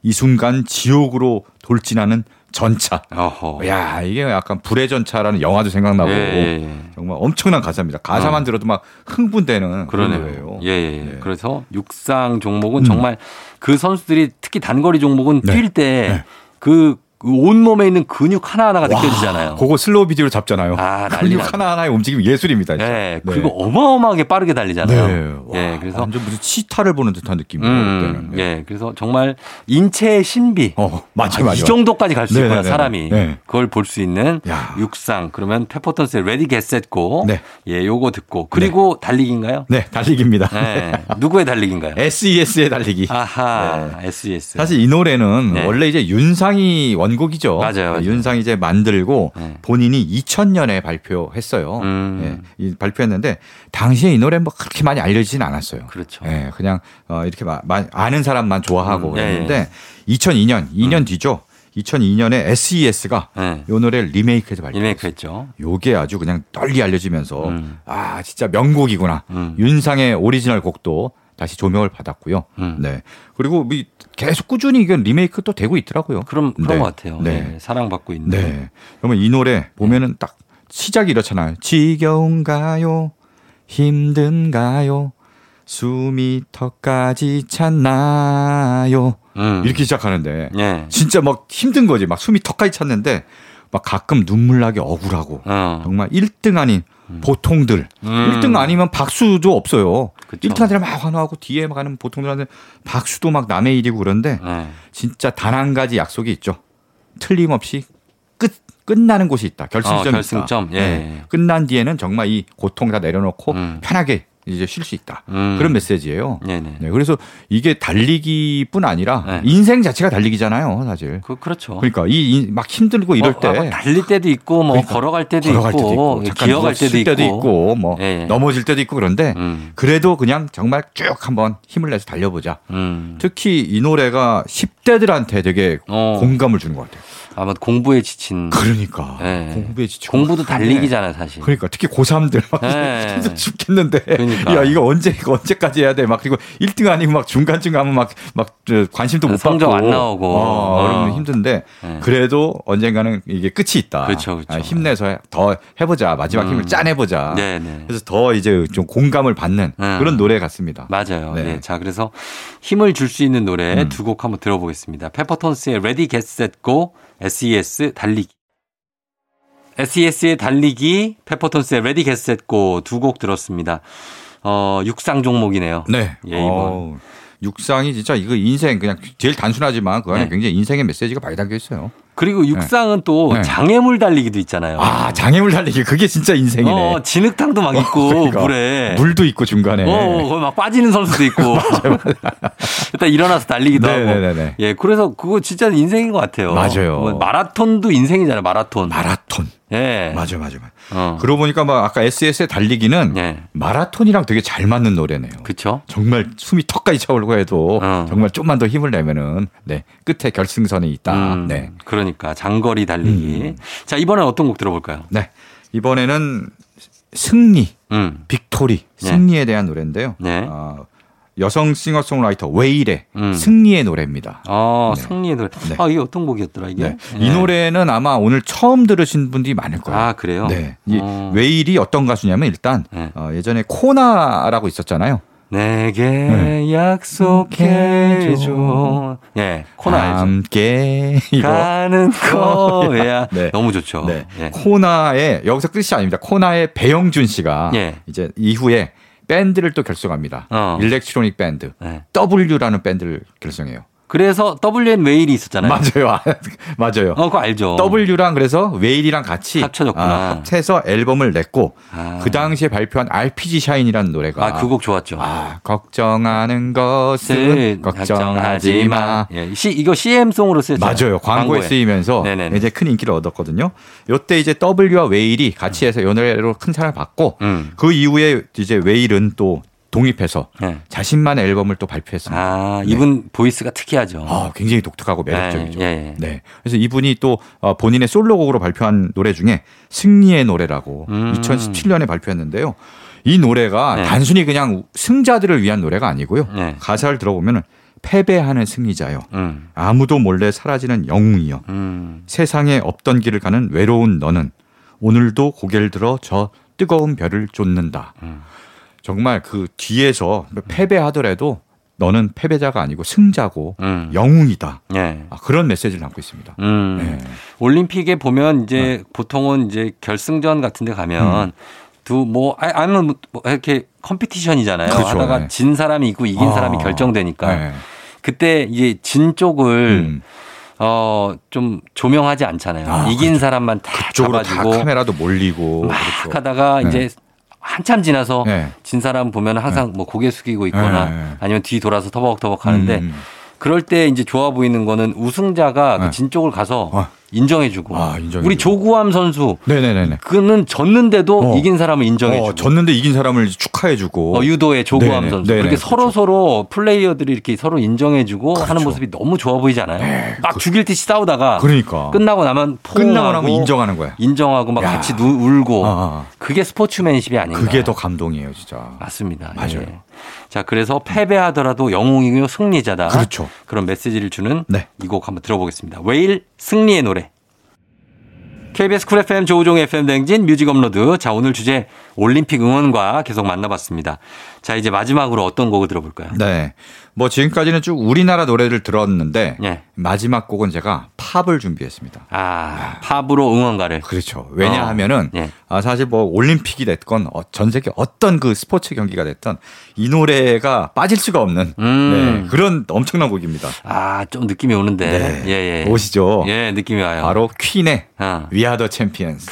[SPEAKER 6] 이 순간 지옥으로 돌진하는 전차
[SPEAKER 1] 어허.
[SPEAKER 6] 야 이게 약간 불의 전차라는 영화도 생각나고
[SPEAKER 1] 예, 예, 예.
[SPEAKER 6] 정말 엄청난 가사입니다. 가사만
[SPEAKER 1] 어.
[SPEAKER 6] 들어도 막 흥분되는 그런
[SPEAKER 1] 그러네요.
[SPEAKER 6] 노래예요.
[SPEAKER 1] 예, 예.
[SPEAKER 6] 예.
[SPEAKER 1] 그래서 육상 종목은 정말 그 선수들이 특히 단거리 종목은
[SPEAKER 6] 네.
[SPEAKER 1] 뛸 때 그 온몸에 있는 근육 하나하나가 느껴지잖아요.
[SPEAKER 6] 그거 슬로우 비디오로 잡잖아요.
[SPEAKER 1] 아, 난리
[SPEAKER 6] 근육
[SPEAKER 1] 나죠.
[SPEAKER 6] 하나하나의 움직임 예술입니다. 진짜.
[SPEAKER 1] 예. 그리고 어마어마하게 빠르게 달리잖아요.
[SPEAKER 6] 네.
[SPEAKER 1] 예.
[SPEAKER 6] 와,
[SPEAKER 1] 그래서
[SPEAKER 6] 완전 무슨 치타를 보는 듯한 느낌이에요.
[SPEAKER 1] 음,
[SPEAKER 6] 그때는.
[SPEAKER 1] 예. 그래서 정말 인체의 신비.
[SPEAKER 6] 어, 맞아,
[SPEAKER 1] 아,
[SPEAKER 6] 맞아.
[SPEAKER 1] 이 정도까지 갈 수 있구나
[SPEAKER 6] 네네네.
[SPEAKER 1] 사람이
[SPEAKER 6] 네.
[SPEAKER 1] 그걸 볼 수 있는
[SPEAKER 6] 야.
[SPEAKER 1] 육상 그러면 페퍼톤스의 레디 겟셋고
[SPEAKER 6] 네.
[SPEAKER 1] 예 요거 듣고 그리고 달리기인가요?
[SPEAKER 6] 네, 달리기입니다. *laughs*
[SPEAKER 1] 네. 누구의 달리기인가요?
[SPEAKER 6] SES의 달리기.
[SPEAKER 1] 아하 E SES
[SPEAKER 6] 네. 사실 이 노래는
[SPEAKER 1] 네.
[SPEAKER 6] 원래 이제 윤상이 원곡이죠. 네,
[SPEAKER 1] 맞아요, 맞아요.
[SPEAKER 6] 윤상이 이제 만들고
[SPEAKER 1] 네.
[SPEAKER 6] 본인이 2000년에 발표했어요.
[SPEAKER 1] 음.
[SPEAKER 6] 예, 이- 발표했는데 당시에 이 노래 뭐 그렇게 많이 알려지진 않았어요.
[SPEAKER 1] 그렇죠.
[SPEAKER 6] 예, 그냥 어, 이렇게 마- 마- 아는 사람만 좋아하고
[SPEAKER 1] 음, 예,
[SPEAKER 6] 그랬는데 2002년 2년 뒤죠. 2002년에 SES가
[SPEAKER 1] 네.
[SPEAKER 6] 이 노래를 리메이크해서 발표.
[SPEAKER 1] 리메이크했죠.
[SPEAKER 6] 요게 아주 그냥 널리 알려지면서
[SPEAKER 1] 음.
[SPEAKER 6] 아 진짜 명곡이구나.
[SPEAKER 1] 음.
[SPEAKER 6] 윤상의 오리지널 곡도 다시 조명을 받았고요.
[SPEAKER 1] 음.
[SPEAKER 6] 네. 그리고 뭐 이- 계속 꾸준히 이게 리메이크 또 되고 있더라고요.
[SPEAKER 1] 그럼 그런
[SPEAKER 6] 네.
[SPEAKER 1] 것 같아요.
[SPEAKER 6] 네.
[SPEAKER 1] 예, 사랑받고 있는.
[SPEAKER 6] 네. 그러면 이 노래 보면은 딱 시작이 이렇잖아요. 지겨운가요? 힘든가요? 숨이 턱까지 찼나요?
[SPEAKER 1] 음.
[SPEAKER 6] 이렇게 시작하는데
[SPEAKER 1] 예.
[SPEAKER 6] 진짜 막 힘든 거지. 막 숨이 턱까지 찼는데 막 가끔 눈물 나게 억울하고
[SPEAKER 1] 어.
[SPEAKER 6] 정말 1등 아닌 보통들.
[SPEAKER 1] 음.
[SPEAKER 6] 1등 아니면 박수도 없어요.
[SPEAKER 1] 그쵸.
[SPEAKER 6] 1등한테 막 환호하고 뒤에 가는 보통들한테 박수도 막 남의 일이고 그런데
[SPEAKER 1] 예.
[SPEAKER 6] 진짜 단 한 가지 약속이 있죠. 틀림없이 끝 끝나는 곳이 있다. 결승점이
[SPEAKER 1] 어, 결승점.
[SPEAKER 6] 있다. 네.
[SPEAKER 1] 예.
[SPEAKER 6] 끝난 뒤에는 정말 이 고통 다 내려놓고
[SPEAKER 1] 음.
[SPEAKER 6] 편하게 이제 쉴 수 있다.
[SPEAKER 1] 음.
[SPEAKER 6] 그런 메시지예요.
[SPEAKER 1] 네네.
[SPEAKER 6] 네, 그래서 이게 달리기뿐 아니라
[SPEAKER 1] 네.
[SPEAKER 6] 인생 자체가 달리기잖아요, 사실.
[SPEAKER 1] 그 그렇죠.
[SPEAKER 6] 그러니까 이 막 힘들고 이럴
[SPEAKER 1] 어,
[SPEAKER 6] 때
[SPEAKER 1] 아, 뭐 달릴 때도 있고 뭐
[SPEAKER 6] 그러니까
[SPEAKER 1] 걸어갈 때도
[SPEAKER 6] 걸어갈
[SPEAKER 1] 있고, 예,
[SPEAKER 6] 때도 있고 잠깐
[SPEAKER 1] 기어갈
[SPEAKER 6] 누워
[SPEAKER 1] 때도
[SPEAKER 6] 쉴
[SPEAKER 1] 있고.
[SPEAKER 6] 때도 있고 뭐
[SPEAKER 1] 예, 예.
[SPEAKER 6] 넘어질 때도 있고 그런데
[SPEAKER 1] 음.
[SPEAKER 6] 그래도 그냥 정말 쭉 한번 힘을 내서 달려보자.
[SPEAKER 1] 음.
[SPEAKER 6] 특히 이 노래가 10대들한테 되게
[SPEAKER 1] 어.
[SPEAKER 6] 공감을 주는 것 같아요.
[SPEAKER 1] 아마 공부에
[SPEAKER 6] *laughs*
[SPEAKER 1] 지친
[SPEAKER 6] 그러니까
[SPEAKER 1] 예.
[SPEAKER 6] 공부에 지쳐.
[SPEAKER 1] 공부도 달리기잖아 사실.
[SPEAKER 6] 그러니까 특히 고3들 막
[SPEAKER 1] 예.
[SPEAKER 6] *laughs* 힘들 죽겠는데
[SPEAKER 1] 그러니까.
[SPEAKER 6] 야 이거 언제 이거 언제까지 해야 돼 막 그리고 1등 아니고 막 중간쯤 가면 막막 관심도 못
[SPEAKER 1] 성적
[SPEAKER 6] 받고
[SPEAKER 1] 안 나오고.
[SPEAKER 6] 어, 그러면
[SPEAKER 1] 어.
[SPEAKER 6] 힘든데
[SPEAKER 1] 예.
[SPEAKER 6] 그래도 언젠가는 이게 끝이 있다.
[SPEAKER 1] 그렇죠, 그쵸, 그쵸.
[SPEAKER 6] 아, 힘내서 더 해보자 마지막
[SPEAKER 1] 음.
[SPEAKER 6] 힘을 짜내보자.
[SPEAKER 1] 네네.
[SPEAKER 6] 그래서 더 이제 좀 공감을 받는
[SPEAKER 1] 음.
[SPEAKER 6] 그런 노래 같습니다.
[SPEAKER 1] 맞아요.
[SPEAKER 6] 네.
[SPEAKER 1] 네. 자, 그래서 힘을 줄 수 있는 노래
[SPEAKER 6] 음.
[SPEAKER 1] 두 곡 한번 들어보겠습니다. 페퍼톤스의 Ready, Get, Set, Go, SES, 달리기. SES의 달리기, 페퍼톤스의 Ready, Get, Set, Go 두 곡 들었습니다. 어, 육상 종목이네요.
[SPEAKER 6] 네.
[SPEAKER 1] 예, 이번.
[SPEAKER 6] 어우, 육상이 진짜 이거 인생 그냥 제일 단순하지만 그 안에
[SPEAKER 1] 네.
[SPEAKER 6] 굉장히 인생의 메시지가 많이 담겨 있어요.
[SPEAKER 1] 그리고 육상은 또
[SPEAKER 6] 네.
[SPEAKER 1] 장애물 달리기도 있잖아요.
[SPEAKER 6] 아 장애물 달리기 그게 진짜 인생이네.
[SPEAKER 1] 어, 진흙탕도 막 있고,
[SPEAKER 6] 그러니까.
[SPEAKER 1] 물에.
[SPEAKER 6] 물도 있고 중간에.
[SPEAKER 1] 어, 어, 거기 막 빠지는 선수도
[SPEAKER 6] *laughs*
[SPEAKER 1] 있고. 일단 일어나서 달리기도 하고.
[SPEAKER 6] 네네네.
[SPEAKER 1] 예, 그래서 그거 진짜 인생인 것 같아요.
[SPEAKER 6] 맞아요.
[SPEAKER 1] 뭐 마라톤도 인생이잖아요, 마라톤.
[SPEAKER 6] 마라톤.
[SPEAKER 1] 예.
[SPEAKER 6] 맞아 맞아 맞아.
[SPEAKER 1] 어.
[SPEAKER 6] 그러고 보니까 막 아까 SS의 달리기는
[SPEAKER 1] 예.
[SPEAKER 6] 마라톤이랑 되게 잘 맞는 노래네요.
[SPEAKER 1] 그쵸?
[SPEAKER 6] 정말 숨이 턱까지 차오르고 해도
[SPEAKER 1] 어.
[SPEAKER 6] 정말 좀만 더 힘을 내면은 네 끝에 결승선이 있다.
[SPEAKER 1] 음,
[SPEAKER 6] 네.
[SPEAKER 1] 그러니까 장거리 달리기.
[SPEAKER 6] 음.
[SPEAKER 1] 자, 이번엔 어떤 곡 들어볼까요?
[SPEAKER 6] 네. 이번에는 승리,
[SPEAKER 1] 음.
[SPEAKER 6] 빅토리,
[SPEAKER 1] 네.
[SPEAKER 6] 승리에 대한 노래인데요.
[SPEAKER 1] 네.
[SPEAKER 6] 어, 여성 싱어송라이터 웨일의
[SPEAKER 1] 음.
[SPEAKER 6] 승리의 노래입니다.
[SPEAKER 1] 어,
[SPEAKER 6] 네.
[SPEAKER 1] 승리의 노래.
[SPEAKER 6] 네.
[SPEAKER 1] 아, 이게 어떤 곡이었더라, 이게? 예.
[SPEAKER 6] 네. 이 노래는 아마 오늘 처음 들으신 분들이 많을 거예요.
[SPEAKER 1] 아, 그래요?
[SPEAKER 6] 네. 이
[SPEAKER 1] 어.
[SPEAKER 6] 웨일이 어떤 가수냐면 일단
[SPEAKER 1] 네.
[SPEAKER 6] 어, 예전에 코나라고 있었잖아요.
[SPEAKER 1] 내게
[SPEAKER 6] 네.
[SPEAKER 1] 약속해줘. 예, 코나 알죠?
[SPEAKER 6] 함께 *laughs* 이거.
[SPEAKER 1] 가는 거야.
[SPEAKER 6] 네.
[SPEAKER 1] 너무 좋죠.
[SPEAKER 6] 네.
[SPEAKER 1] 예.
[SPEAKER 6] 코나의 여기서 끝이 아닙니다. 코나의 배영준 씨가
[SPEAKER 1] 예.
[SPEAKER 6] 이제 이후에 밴드를 또 결성합니다.
[SPEAKER 1] 어.
[SPEAKER 6] 일렉트로닉 밴드
[SPEAKER 1] 네.
[SPEAKER 6] W라는 밴드를 결성해요.
[SPEAKER 1] 그래서 WN 웨일이 있었잖아요.
[SPEAKER 6] 맞아요, *laughs* 맞아요.
[SPEAKER 1] 네. 어, 그거 알죠.
[SPEAKER 6] W랑 그래서 웨일이랑 같이
[SPEAKER 1] 합쳐졌구나.
[SPEAKER 6] 아, 합해서 앨범을 냈고
[SPEAKER 1] 아.
[SPEAKER 6] 그 당시에 발표한 RPG 샤인이라는 노래가
[SPEAKER 1] 아, 그 곡 좋았죠.
[SPEAKER 6] 아, 걱정하는 것은
[SPEAKER 1] 슬-
[SPEAKER 6] 걱정하지 마.
[SPEAKER 1] 예, 시, 이거 CM송으로 쓰였죠.
[SPEAKER 6] 맞아요. 광고에 쓰이면서
[SPEAKER 1] 네네네.
[SPEAKER 6] 이제 큰 인기를 얻었거든요. 요때 이제 W와 웨일이 같이 해서 연예로 큰 사랑을 받고
[SPEAKER 1] 음.
[SPEAKER 6] 그 이후에 이제 웨일은 또 독립해서
[SPEAKER 1] 네.
[SPEAKER 6] 자신만의 앨범을 또 발표했습니다.
[SPEAKER 1] 아,
[SPEAKER 6] 네.
[SPEAKER 1] 이분 보이스가 특이하죠.
[SPEAKER 6] 아, 굉장히 독특하고 매력적이죠.
[SPEAKER 1] 예, 예, 예.
[SPEAKER 6] 네. 그래서 이분이 또 어, 본인의 솔로곡으로 발표한 노래 중에 승리의 노래라고
[SPEAKER 1] 음.
[SPEAKER 6] 2017년에 발표했는데요. 이 노래가
[SPEAKER 1] 네.
[SPEAKER 6] 단순히 그냥 승자들을 위한 노래가 아니고요.
[SPEAKER 1] 네.
[SPEAKER 6] 가사를 들어보면 패배하는 승리자요.
[SPEAKER 1] 음.
[SPEAKER 6] 아무도 몰래 사라지는 영웅이요.
[SPEAKER 1] 음.
[SPEAKER 6] 세상에 없던 길을 가는 외로운 너는 오늘도 고개를 들어 저 뜨거운 별을 쫓는다.
[SPEAKER 1] 음.
[SPEAKER 6] 정말 그 뒤에서 패배하더라도 너는 패배자가 아니고 승자고
[SPEAKER 1] 음.
[SPEAKER 6] 영웅이다.
[SPEAKER 1] 예.
[SPEAKER 6] 아, 그런 메시지를 담고 있습니다.
[SPEAKER 1] 음.
[SPEAKER 6] 네.
[SPEAKER 1] 올림픽에 보면 이제 보통은 이제 결승전 같은 데
[SPEAKER 6] 음.
[SPEAKER 1] 가면 두 뭐 아니면 뭐 이렇게 컴피티션이잖아요.
[SPEAKER 6] 그쵸,
[SPEAKER 1] 하다가
[SPEAKER 6] 네.
[SPEAKER 1] 진 사람이 있고 이긴
[SPEAKER 6] 아,
[SPEAKER 1] 사람이 결정되니까
[SPEAKER 6] 네.
[SPEAKER 1] 그때 이제 진 쪽을
[SPEAKER 6] 음.
[SPEAKER 1] 어 좀 조명하지 않잖아요.
[SPEAKER 6] 아,
[SPEAKER 1] 이긴 사람만 다
[SPEAKER 6] 쪽으로 다
[SPEAKER 1] 잡아주고
[SPEAKER 6] 카메라도 몰리고
[SPEAKER 1] 막
[SPEAKER 6] 그렇죠.
[SPEAKER 1] 하다가
[SPEAKER 6] 네.
[SPEAKER 1] 이제 한참 지나서
[SPEAKER 6] 네.
[SPEAKER 1] 진 사람 보면 항상 뭐 고개 숙이고 있거나
[SPEAKER 6] 네.
[SPEAKER 1] 아니면 뒤 돌아서 터벅터벅 하는데
[SPEAKER 6] 음.
[SPEAKER 1] 그럴 때 이제 좋아 보이는 거는 우승자가
[SPEAKER 6] 네.
[SPEAKER 1] 그 진 쪽을 가서
[SPEAKER 6] 어.
[SPEAKER 1] 인정해주고.
[SPEAKER 6] 아, 인정해주고.
[SPEAKER 1] 우리 조구함 선수
[SPEAKER 6] 네네네네.
[SPEAKER 1] 그는 졌는데도
[SPEAKER 6] 어.
[SPEAKER 1] 이긴 사람을 인정해주고.
[SPEAKER 6] 어, 졌는데 이긴 사람을 축하해주고.
[SPEAKER 1] 어, 유도의 조구함
[SPEAKER 6] 네네,
[SPEAKER 1] 선수
[SPEAKER 6] 네네,
[SPEAKER 1] 이렇게
[SPEAKER 6] 그렇죠.
[SPEAKER 1] 서로 서로 플레이어들이 이렇게 서로 인정해주고 하는
[SPEAKER 6] 그렇죠. 네, 그
[SPEAKER 1] 모습이 너무 좋아 보이잖아요. 막 죽일 듯이 싸우다가
[SPEAKER 6] 그러니까.
[SPEAKER 1] 끝나고 나면
[SPEAKER 6] 끝나고 나면
[SPEAKER 1] 포옹하고
[SPEAKER 6] 인정하는 거야.
[SPEAKER 1] 인정하고 막
[SPEAKER 6] 야.
[SPEAKER 1] 같이 누, 울고
[SPEAKER 6] 아, 아,
[SPEAKER 1] 그게 스포츠맨십이 아닌가.
[SPEAKER 6] 그게 더 감동이에요, 진짜.
[SPEAKER 1] 맞습니다.
[SPEAKER 6] 맞아요.
[SPEAKER 1] 예. 자 그래서 패배하더라도 영웅이고 승리자다.
[SPEAKER 6] 그렇죠.
[SPEAKER 1] 그런 메시지를 주는
[SPEAKER 6] 네.
[SPEAKER 1] 이 곡 한번 들어보겠습니다. 웨일 승리의 노래. KBS 쿨 FM 조우종 FM 댕진 뮤직 업로드. 자 오늘 주제 올림픽 응원과 계속 만나봤습니다. 자 이제 마지막으로 어떤 곡을 들어볼까요?
[SPEAKER 6] 네. 뭐 지금까지는 쭉 우리나라 노래를 들었는데
[SPEAKER 1] 예.
[SPEAKER 6] 마지막 곡은 제가 팝을 준비했습니다.
[SPEAKER 1] 아 팝으로 응원가를.
[SPEAKER 6] 그렇죠. 왜냐하면은
[SPEAKER 1] 어, 예.
[SPEAKER 6] 아, 사실 뭐 올림픽이 됐건 어, 전 세계 어떤 그 스포츠 경기가 됐든 이 노래가 빠질 수가 없는
[SPEAKER 1] 음.
[SPEAKER 6] 네, 그런 엄청난 곡입니다.
[SPEAKER 1] 아 좀 느낌이 오는데.
[SPEAKER 6] 네.
[SPEAKER 1] 예 예.
[SPEAKER 6] 오시죠.
[SPEAKER 1] 예 느낌이 와요.
[SPEAKER 6] 바로 퀸의
[SPEAKER 1] 아,
[SPEAKER 6] We Are the Champions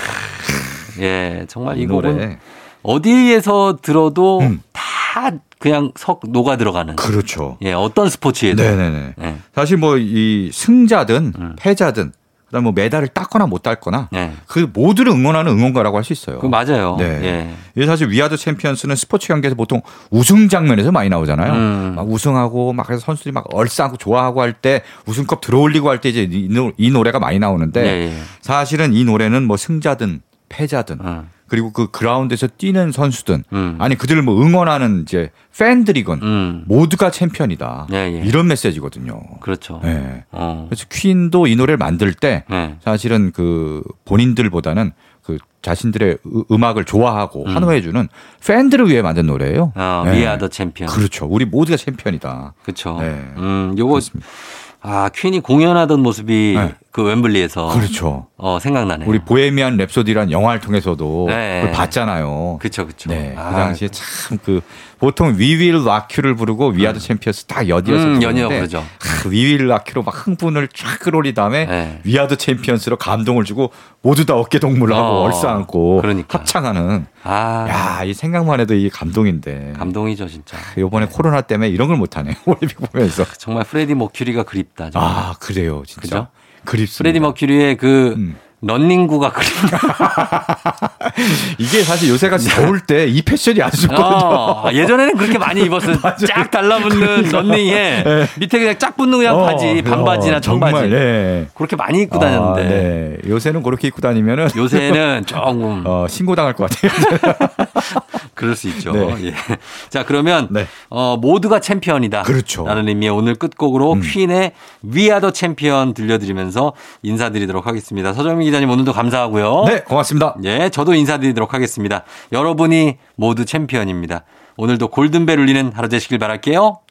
[SPEAKER 1] 예 정말
[SPEAKER 6] 이
[SPEAKER 1] 이 곡은
[SPEAKER 6] 노래.
[SPEAKER 1] 어디에서 들어도
[SPEAKER 6] 음.
[SPEAKER 1] 다 그냥 석 녹아 들어가는.
[SPEAKER 6] 그렇죠.
[SPEAKER 1] 예, 어떤 스포츠에도.
[SPEAKER 6] 네네네.
[SPEAKER 1] 예.
[SPEAKER 6] 사실 뭐 이 승자든
[SPEAKER 1] 음.
[SPEAKER 6] 패자든 그다음 뭐 메달을 땄거나 못 땄거나
[SPEAKER 1] 예.
[SPEAKER 6] 그 모두를 응원하는 응원가라고 할 수 있어요.
[SPEAKER 1] 그 맞아요.
[SPEAKER 6] 네.
[SPEAKER 1] 예.
[SPEAKER 6] 이게 사실 위아더 챔피언스는 스포츠 경기에서 보통 우승 장면에서 많이 나오잖아요.
[SPEAKER 1] 음.
[SPEAKER 6] 막 우승하고 막 그래서 선수들이 막 얼싸고 좋아하고 할 때 우승컵 들어올리고 할 때 이제 이, 노, 이 노래가 많이 나오는데
[SPEAKER 1] 예, 예.
[SPEAKER 6] 사실은 이 노래는 뭐 승자든 패자든
[SPEAKER 1] 음.
[SPEAKER 6] 그리고 그 그라운드에서 뛰는 선수든
[SPEAKER 1] 음.
[SPEAKER 6] 아니 그들을 뭐 응원하는 이제 팬들이건
[SPEAKER 1] 음.
[SPEAKER 6] 모두가 챔피언이다
[SPEAKER 1] 예, 예.
[SPEAKER 6] 이런 메시지거든요.
[SPEAKER 1] 그렇죠.
[SPEAKER 6] 예.
[SPEAKER 1] 어.
[SPEAKER 6] 그래서 퀸도 이 노래를 만들 때
[SPEAKER 1] 예.
[SPEAKER 6] 사실은 그 본인들보다는 그 자신들의 으- 음악을 좋아하고 환호해주는 팬들을 위해 만든 노래예요.
[SPEAKER 1] 어,
[SPEAKER 6] 네.
[SPEAKER 1] We are the champion.
[SPEAKER 6] 그렇죠. 우리 모두가 챔피언이다.
[SPEAKER 1] 그렇죠.
[SPEAKER 6] 네.
[SPEAKER 1] 음, 요거 아, 퀸이 공연하던 모습이
[SPEAKER 6] 네.
[SPEAKER 1] 그 웸블리에서
[SPEAKER 6] 그렇죠.
[SPEAKER 1] 어, 생각나네요.
[SPEAKER 6] 우리 보헤미안 랩소디란 영화를 통해서도
[SPEAKER 1] 네.
[SPEAKER 6] 그걸 봤잖아요.
[SPEAKER 1] 그렇죠. 그렇죠.
[SPEAKER 6] 네. 그
[SPEAKER 1] 아,
[SPEAKER 6] 당시에 참 그 보통 We Will Rock You를 부르고 We Are the Champions 딱 엿이어서
[SPEAKER 1] 음, 연이어
[SPEAKER 6] 부르는데
[SPEAKER 1] 부르죠.
[SPEAKER 6] 하, We Will Rock You로 막 흥분을 쫙 끌어올린 다음에
[SPEAKER 1] 네.
[SPEAKER 6] We Are the Champions로 감동을 주고 모두 다 어깨 동무를 하고
[SPEAKER 1] 어,
[SPEAKER 6] 얼싸안고
[SPEAKER 1] 그러니까.
[SPEAKER 6] 합창하는
[SPEAKER 1] 아,
[SPEAKER 6] 야, 이 생각만 해도 이 감동인데.
[SPEAKER 1] 감동이죠, 진짜.
[SPEAKER 6] 요번에 코로나 때문에 이런 걸 못하네. *laughs* 올림픽 보면서.
[SPEAKER 1] 정말 프레디 머큐리가 그립다. 정말.
[SPEAKER 6] 아, 그래요. 진짜.
[SPEAKER 1] 그죠?
[SPEAKER 6] 그립습니다.
[SPEAKER 1] 프레디 머큐리의 그
[SPEAKER 6] 음.
[SPEAKER 1] 런닝구가 그립다.
[SPEAKER 6] 이게 사실 요새같이 더울 때 이 패션이 아주 좋거든요.
[SPEAKER 1] 어, 예전에는 그렇게 많이
[SPEAKER 6] *laughs*
[SPEAKER 1] 입었어요. 쫙 달라붙는 런닝에 밑에 그냥 쫙 붙는 그냥 바지,
[SPEAKER 6] 그렇죠. 예. 어,
[SPEAKER 1] 반바지나
[SPEAKER 6] 어,
[SPEAKER 1] 청바지.
[SPEAKER 6] 정말, 예.
[SPEAKER 1] 그렇게 많이 입고
[SPEAKER 6] 아,
[SPEAKER 1] 다녔는데
[SPEAKER 6] 네. 요새는 그렇게 입고 다니면은 *laughs*
[SPEAKER 1] 요새는 조금
[SPEAKER 6] 어, 신고당할 것 같아요.
[SPEAKER 1] 그럴 수 있죠.
[SPEAKER 6] 네.
[SPEAKER 1] 예. 자 그러면
[SPEAKER 6] 네.
[SPEAKER 1] 어, 모두가 챔피언이다.
[SPEAKER 6] 그렇죠. 음.
[SPEAKER 1] 라는 의미의 오늘 끝곡으로 퀸의 위아더 챔피언 들려드리면서 인사드리도록 하겠습니다. 서정민 기자님 오늘도 감사하고요.
[SPEAKER 6] *laughs* 네, 고맙습니다.
[SPEAKER 1] 예, 저도 인사드리도록 하겠습니다. 여러분이 모두 챔피언입니다. 오늘도 골든벨 울리는 하루 되시길 바랄게요.